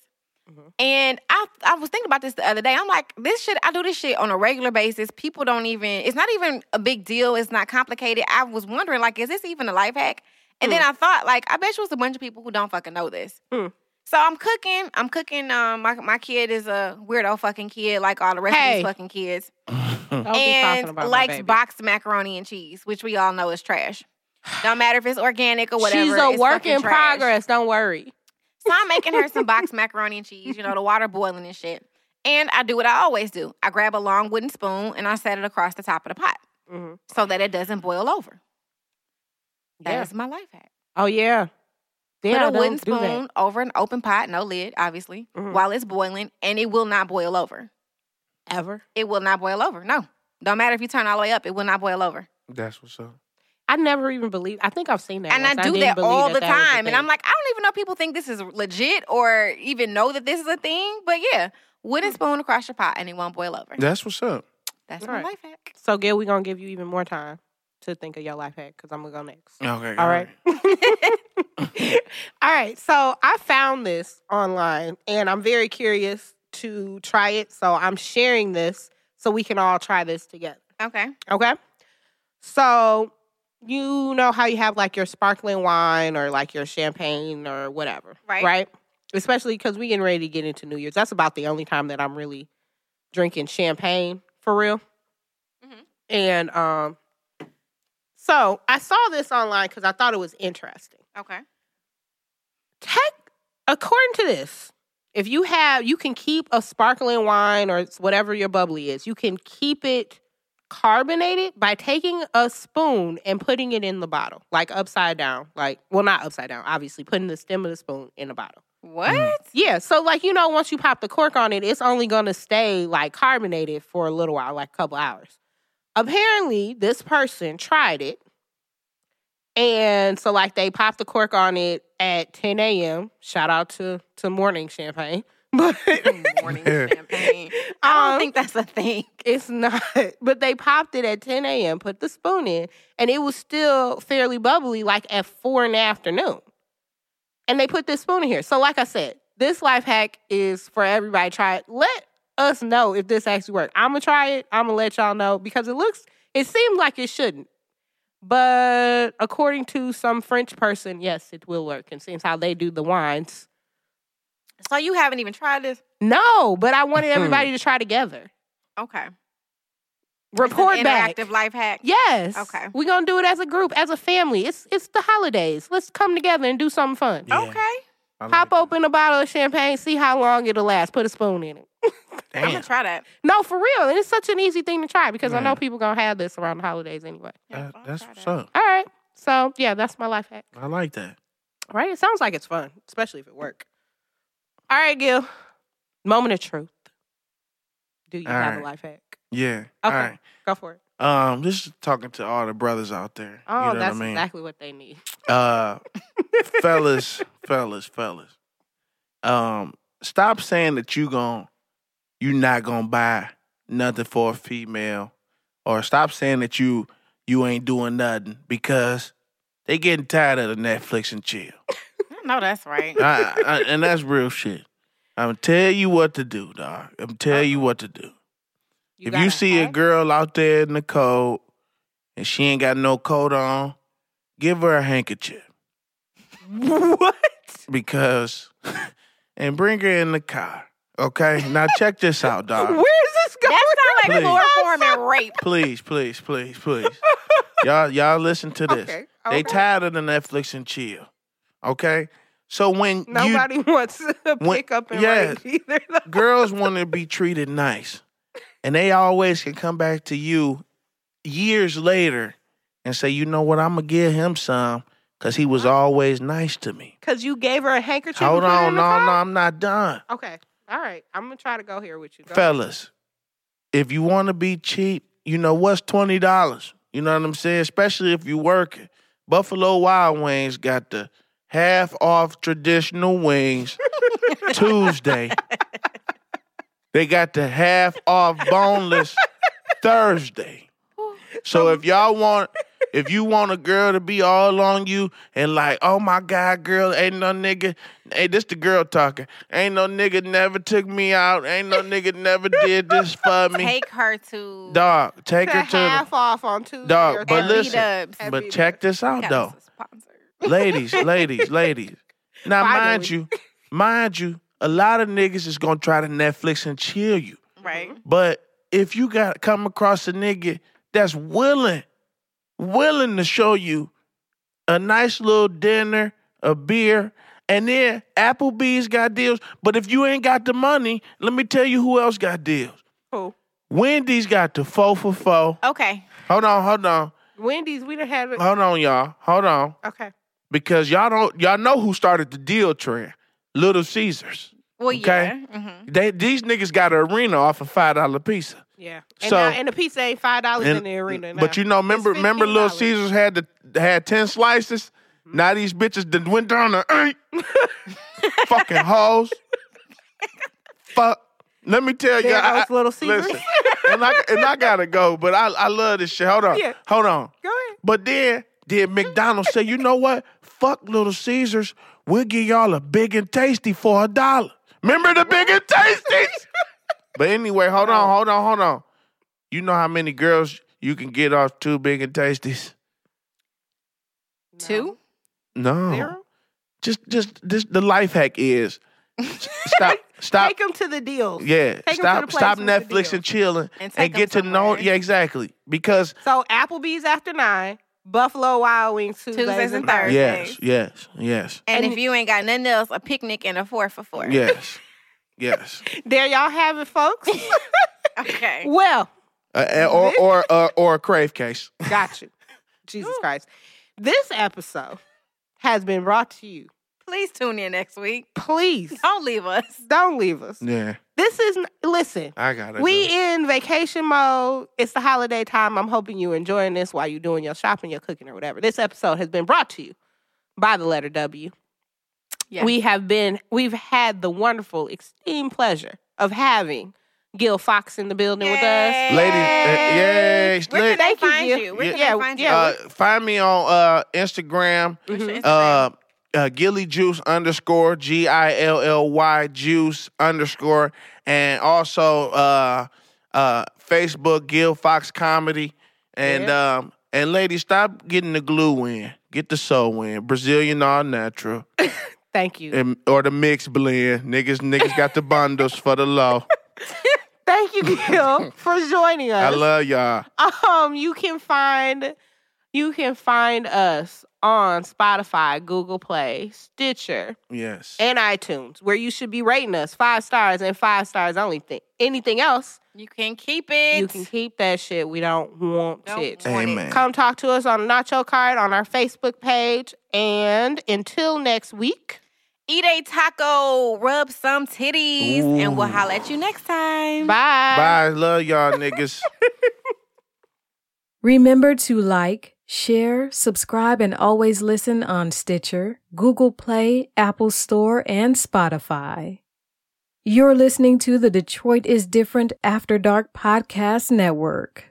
Speaker 5: Mhm.
Speaker 4: And I I was thinking about this the other day. I'm like, this shit, I do this shit on a regular basis. People don't even, it's not even a big deal. It's not complicated. I was wondering, like, is this even a life hack? And then I thought, like, I bet you it's a bunch of people who don't fucking know this.
Speaker 5: Hmm.
Speaker 4: So I'm cooking. I'm cooking. Um, my my kid is a weirdo fucking kid, like all the rest of
Speaker 5: Hey.
Speaker 4: these fucking kids,
Speaker 5: Don't be talking
Speaker 4: and
Speaker 5: about my
Speaker 4: likes
Speaker 5: baby.
Speaker 4: boxed macaroni and cheese, which we all know is trash. Don't matter if it's organic or whatever.
Speaker 5: She's a
Speaker 4: it's
Speaker 5: work
Speaker 4: fucking
Speaker 5: in
Speaker 4: trash.
Speaker 5: progress. Don't worry.
Speaker 4: So I'm making her
Speaker 5: [laughs]
Speaker 4: some boxed macaroni and cheese, you know, the water boiling and shit. And I do what I always do. I grab a long wooden spoon and I set it across the top of the pot
Speaker 5: Mm-hmm.
Speaker 4: so that it doesn't boil over. That is
Speaker 5: Yeah.
Speaker 4: my life hack.
Speaker 5: Oh yeah. Yeah.
Speaker 4: Put a wooden
Speaker 5: don't do that.
Speaker 4: spoon over an open pot, no lid, obviously,
Speaker 5: Mhm.
Speaker 4: while it's boiling, and it will not boil over.
Speaker 5: ever.
Speaker 4: It will not boil over. No. Don't matter if you turn all the way up, it will not boil over.
Speaker 6: That's what's up.
Speaker 5: I never even believed. I think I've seen that.
Speaker 4: and I
Speaker 5: once.
Speaker 4: do
Speaker 5: didn't
Speaker 4: that
Speaker 5: believe
Speaker 4: all the
Speaker 5: that was
Speaker 4: time. and
Speaker 5: thing.
Speaker 4: I'm like, I don't even know if people think this is legit or even know that this is a thing. But yeah, wooden spoon across your pot and it won't boil over.
Speaker 6: That's what's up.
Speaker 4: That's
Speaker 5: Right.
Speaker 4: my life hack.
Speaker 5: so Gail, we're gonna give you even more time to think of your life hack because I'm gonna go next.
Speaker 6: Okay.
Speaker 5: All right. All right. [laughs] So I found this online and I'm very curious to try it. So I'm sharing this so we can all try this together.
Speaker 4: Okay.
Speaker 5: Okay. So you know how you have like your sparkling wine or like your champagne or whatever.
Speaker 4: Right.
Speaker 5: Right. Especially because we getting ready to get into New Year's. That's about the only time that I'm really drinking champagne for real.
Speaker 4: Mhm.
Speaker 5: And um So I saw this online because I thought it was interesting.
Speaker 4: Okay.
Speaker 5: Tech, according to this, if you have, you can keep a sparkling wine or whatever your bubbly is, you can keep it carbonated by taking a spoon and putting it in the bottle, like upside down. Like, well, not upside down, obviously, putting the stem of the spoon in the bottle.
Speaker 4: What?
Speaker 5: Yeah, so like you know, once you pop the cork on it, it's only gonna stay like carbonated for a little while, like a couple hours. Apparently, this person tried it, and so like they popped the cork on it at 10 a.m. Shout out to to morning champagne, [laughs] but
Speaker 4: [laughs] Morning champagne. I don't
Speaker 5: Um,
Speaker 4: think that's a thing.
Speaker 5: it's not. [laughs] But they popped it at 10 a.m. Put the spoon in, and it was still fairly bubbly, like at four in the afternoon. And they put this spoon in here. So, like I said, this life hack is for everybody. Try it. Let us know if this actually worked. I'm gonna try it. I'm gonna let y'all know because it looks. It seemed like it shouldn't. But according to some French person, yes, it will work. And since how they do the wines,
Speaker 4: So you haven't even tried this?
Speaker 5: no. But I wanted
Speaker 4: Hmm.
Speaker 5: everybody to try together.
Speaker 4: Okay.
Speaker 5: Report
Speaker 4: It's an
Speaker 5: back.
Speaker 4: interactive life hack.
Speaker 5: Yes.
Speaker 4: Okay.
Speaker 5: We're gonna do it as a group, as a family. It's it's the holidays. Let's come together and do something fun.
Speaker 6: Yeah,
Speaker 4: Okay.
Speaker 6: I like
Speaker 5: Pop
Speaker 6: it.
Speaker 5: open a bottle of champagne, see how long it'll last. Put a spoon in it.
Speaker 4: I'm gonna
Speaker 6: Damn. uh,
Speaker 4: try that.
Speaker 5: No, for real. And it's such an easy thing to try because I know
Speaker 6: Man.
Speaker 5: people gonna have this around the holidays anyway.
Speaker 4: Yeah,
Speaker 6: that-
Speaker 4: I'll
Speaker 6: that's
Speaker 4: try
Speaker 6: what's
Speaker 4: that.
Speaker 6: up.
Speaker 5: All right. So yeah, that's my life hack.
Speaker 6: I like that.
Speaker 5: Right? It sounds like it's fun, especially if it work. All right, Gil. Moment of truth. Do you
Speaker 6: All
Speaker 5: have a
Speaker 6: right.
Speaker 5: life hack?
Speaker 6: Yeah. All
Speaker 5: Okay.
Speaker 6: right.
Speaker 5: Go for it.
Speaker 6: Um, just talking to all the brothers out there.
Speaker 5: Oh,
Speaker 6: you know
Speaker 5: that's
Speaker 6: what I mean?
Speaker 5: exactly what they need.
Speaker 6: Uh, fellas, fellas, fellas. Um, stop saying that you gon' you not gonna buy nothing for a female, or stop saying that you you ain't doing nothing because they getting tired of the Netflix and chill.
Speaker 4: I know
Speaker 5: [laughs]
Speaker 4: that's right.
Speaker 6: I, I, and that's real shit. I'm tell you what to do, dog. I'm tell you what to do. if
Speaker 5: got
Speaker 6: you
Speaker 5: a
Speaker 6: see a
Speaker 5: hack?
Speaker 6: girl out there in the cold and she ain't got no coat on, give her a handkerchief
Speaker 5: [laughs] what?
Speaker 6: because [laughs] and bring her in the car. Okay? Now check
Speaker 5: [laughs]
Speaker 6: this out,
Speaker 5: Where
Speaker 6: dog.
Speaker 5: is this going?
Speaker 4: That sounds like
Speaker 6: Uh, Please.
Speaker 4: chloroform and rape.
Speaker 6: Please, please, please, please. Y'all y'all listen to this.
Speaker 5: Okay,
Speaker 6: They
Speaker 5: okay.
Speaker 6: tired of the Netflix and chill. Okay? So when you
Speaker 5: Nobody [laughs] wants to
Speaker 6: When-
Speaker 5: pick up and
Speaker 6: yeah.
Speaker 5: rape either. though.
Speaker 6: girls want to be treated nice, and they always can come back to you years later and say, "You know what? I'm gonna give him some because he was always nice to me."
Speaker 5: Cause you gave her a handkerchief.
Speaker 6: Hold
Speaker 5: and put it
Speaker 6: on,
Speaker 5: in the
Speaker 6: no, no,
Speaker 5: file?
Speaker 6: I'm not done,
Speaker 5: Okay, all right. I'm gonna try to go here with you, Go.
Speaker 6: fellas. If you want to be cheap, you know what's twenty dollars. You know what I'm saying? Especially if you working. Buffalo Wild Wings got the half off
Speaker 5: [laughs]
Speaker 6: traditional wings Tuesday. They got the half off
Speaker 5: [laughs]
Speaker 6: boneless Thursday.
Speaker 5: Um,
Speaker 6: So if y'all want, if you want a girl to be all on you and like, oh my God, girl, ain't no nigga, hey, this the girl talking. Ain't no nigga never took me out. Ain't no nigga
Speaker 5: [laughs]
Speaker 6: never did this for me.
Speaker 4: Take her to
Speaker 6: Dog, take
Speaker 5: To
Speaker 6: her to
Speaker 5: half off on Tuesday.
Speaker 6: Dog,
Speaker 5: or
Speaker 6: but
Speaker 5: Thursday.
Speaker 6: listen,
Speaker 4: Dubs.
Speaker 6: the,
Speaker 5: Happy
Speaker 6: but
Speaker 5: to-
Speaker 6: check this out
Speaker 4: Yes,
Speaker 6: though.
Speaker 4: a sponsor.
Speaker 5: [laughs]
Speaker 6: Ladies, ladies, ladies. Now
Speaker 5: Finally.
Speaker 6: mind you, mind you, a lot of niggas is gonna try to Netflix and chill you.
Speaker 4: Right.
Speaker 6: But if you got come across a nigga that's willing, willing to show you a nice little dinner, a beer, and then Applebee's got deals. But if you ain't got the money, let me tell you who else got deals.
Speaker 5: Who?
Speaker 6: Wendy's got the four for four.
Speaker 4: Okay.
Speaker 6: Hold on, hold on,
Speaker 5: Wendy's. We done had it.
Speaker 6: hold on, y'all. Hold on,
Speaker 5: Okay.
Speaker 6: because y'all don't y'all know who started the deal trend. Little Caesars.
Speaker 4: Well,
Speaker 6: Okay.
Speaker 4: yeah. Mm-hmm.
Speaker 6: They, these niggas got an arena off a five dollar pizza.
Speaker 5: Yeah. And,
Speaker 6: So-
Speaker 5: now, and the pizza ain't five dollars in
Speaker 6: And-
Speaker 5: the arena. Now.
Speaker 6: But you know, remember, remember, Little
Speaker 5: $15.
Speaker 6: Caesars had the had ten slices.
Speaker 5: Mm-hmm.
Speaker 6: Now these bitches done went down to eight.
Speaker 5: [laughs]
Speaker 6: Fucking hoes. Fuck. Let me tell you,
Speaker 5: There
Speaker 6: I,
Speaker 5: goes Little
Speaker 6: I,
Speaker 5: Caesars.
Speaker 6: listen, and I and I gotta go, but I I love this shit. Hold
Speaker 5: [laughs]
Speaker 6: on,
Speaker 5: Yeah.
Speaker 6: hold on.
Speaker 5: Go ahead.
Speaker 6: But then did McDonald's say, you know what? Fuck Little Caesars. We'll give y'all a big and tasty for a dollar. Remember the big and tasties? but anyway, hold on, hold on, hold on. You know how many girls you can get off two big and tasties?
Speaker 4: Two.
Speaker 6: No.
Speaker 5: Zero?
Speaker 6: Just just this the life
Speaker 5: [laughs]
Speaker 6: hack is s- stop stop
Speaker 5: Take them to the deals.
Speaker 6: yeah,
Speaker 5: Take 'em to the
Speaker 6: stop
Speaker 5: place
Speaker 6: stop
Speaker 5: with the
Speaker 6: Netflix
Speaker 5: deal.
Speaker 6: and chilling
Speaker 4: And
Speaker 6: and,
Speaker 4: take 'em
Speaker 6: get to know
Speaker 4: somewhere.
Speaker 6: yeah, exactly. Because
Speaker 5: So Applebee's after nine, Buffalo Wild Wings Tuesdays,
Speaker 4: Tuesdays and
Speaker 5: Thursdays.
Speaker 4: Thursdays.
Speaker 6: Yes, yes, yes,
Speaker 4: And,
Speaker 5: And-
Speaker 4: if you ain't got nothing else, a picnic and a four for four.
Speaker 6: yes, yes.
Speaker 5: There y'all have it,
Speaker 4: [laughs]
Speaker 5: folks.
Speaker 4: Okay.
Speaker 5: well,
Speaker 6: Uh, and- or or uh, or a crave case.
Speaker 5: got you. Jesus Christ. This episode has been brought to you.
Speaker 4: Please tune in next week.
Speaker 5: Please
Speaker 4: Don't leave us.
Speaker 5: don't leave us.
Speaker 6: Yeah,
Speaker 5: This is n- listen.
Speaker 6: I got it.
Speaker 5: We in vacation mode. It's the holiday time. I'm hoping you're enjoying this while you're doing your shopping, your cooking, or whatever. This episode has been brought to you by the letter W.
Speaker 4: Yeah.
Speaker 5: We have been, we've had the wonderful, extreme pleasure of having Gil Fox in the building with us.
Speaker 4: Yay.
Speaker 6: ladies. Uh, yay,
Speaker 4: Where
Speaker 6: la-
Speaker 4: can they
Speaker 5: Thank you,
Speaker 4: find
Speaker 5: Gil.
Speaker 4: you? Where can
Speaker 5: Yeah,
Speaker 4: they find
Speaker 5: yeah.
Speaker 6: uh, find me on uh, Instagram.
Speaker 4: you? What's your
Speaker 6: Uh, uh, Gilly Juice underscore G I L L Y Juice underscore, and also uh, uh, Facebook Gil Fox Comedy, and um, and ladies, stop getting the glue in, get the soul in, Brazilian all natural,
Speaker 5: Thank you.
Speaker 6: and, or the mix blend. Niggas, niggas got the bundles for the low.
Speaker 5: Thank you,
Speaker 6: [laughs]
Speaker 5: Gil, for joining us.
Speaker 6: I love y'all.
Speaker 5: [laughs] um you can find you can find us on Spotify, Google Play, Stitcher,
Speaker 6: Yes,
Speaker 5: and iTunes, where you should be rating us five stars and five stars only. Thing anything else,
Speaker 4: You can keep it.
Speaker 5: you can keep that shit. We don't want
Speaker 4: Don't
Speaker 5: it.
Speaker 4: want it.
Speaker 6: amen.
Speaker 5: Come talk to us on Nacho Card on our Facebook page. And until next week,
Speaker 4: Eat a taco, rub some titties, and we'll holler at you next time.
Speaker 6: Bye, love y'all niggas.
Speaker 1: Remember to like, share, subscribe, and always listen on Stitcher, Google Play, Apple Store, and Spotify. You're listening to the Detroit is Different After Dark Podcast Network.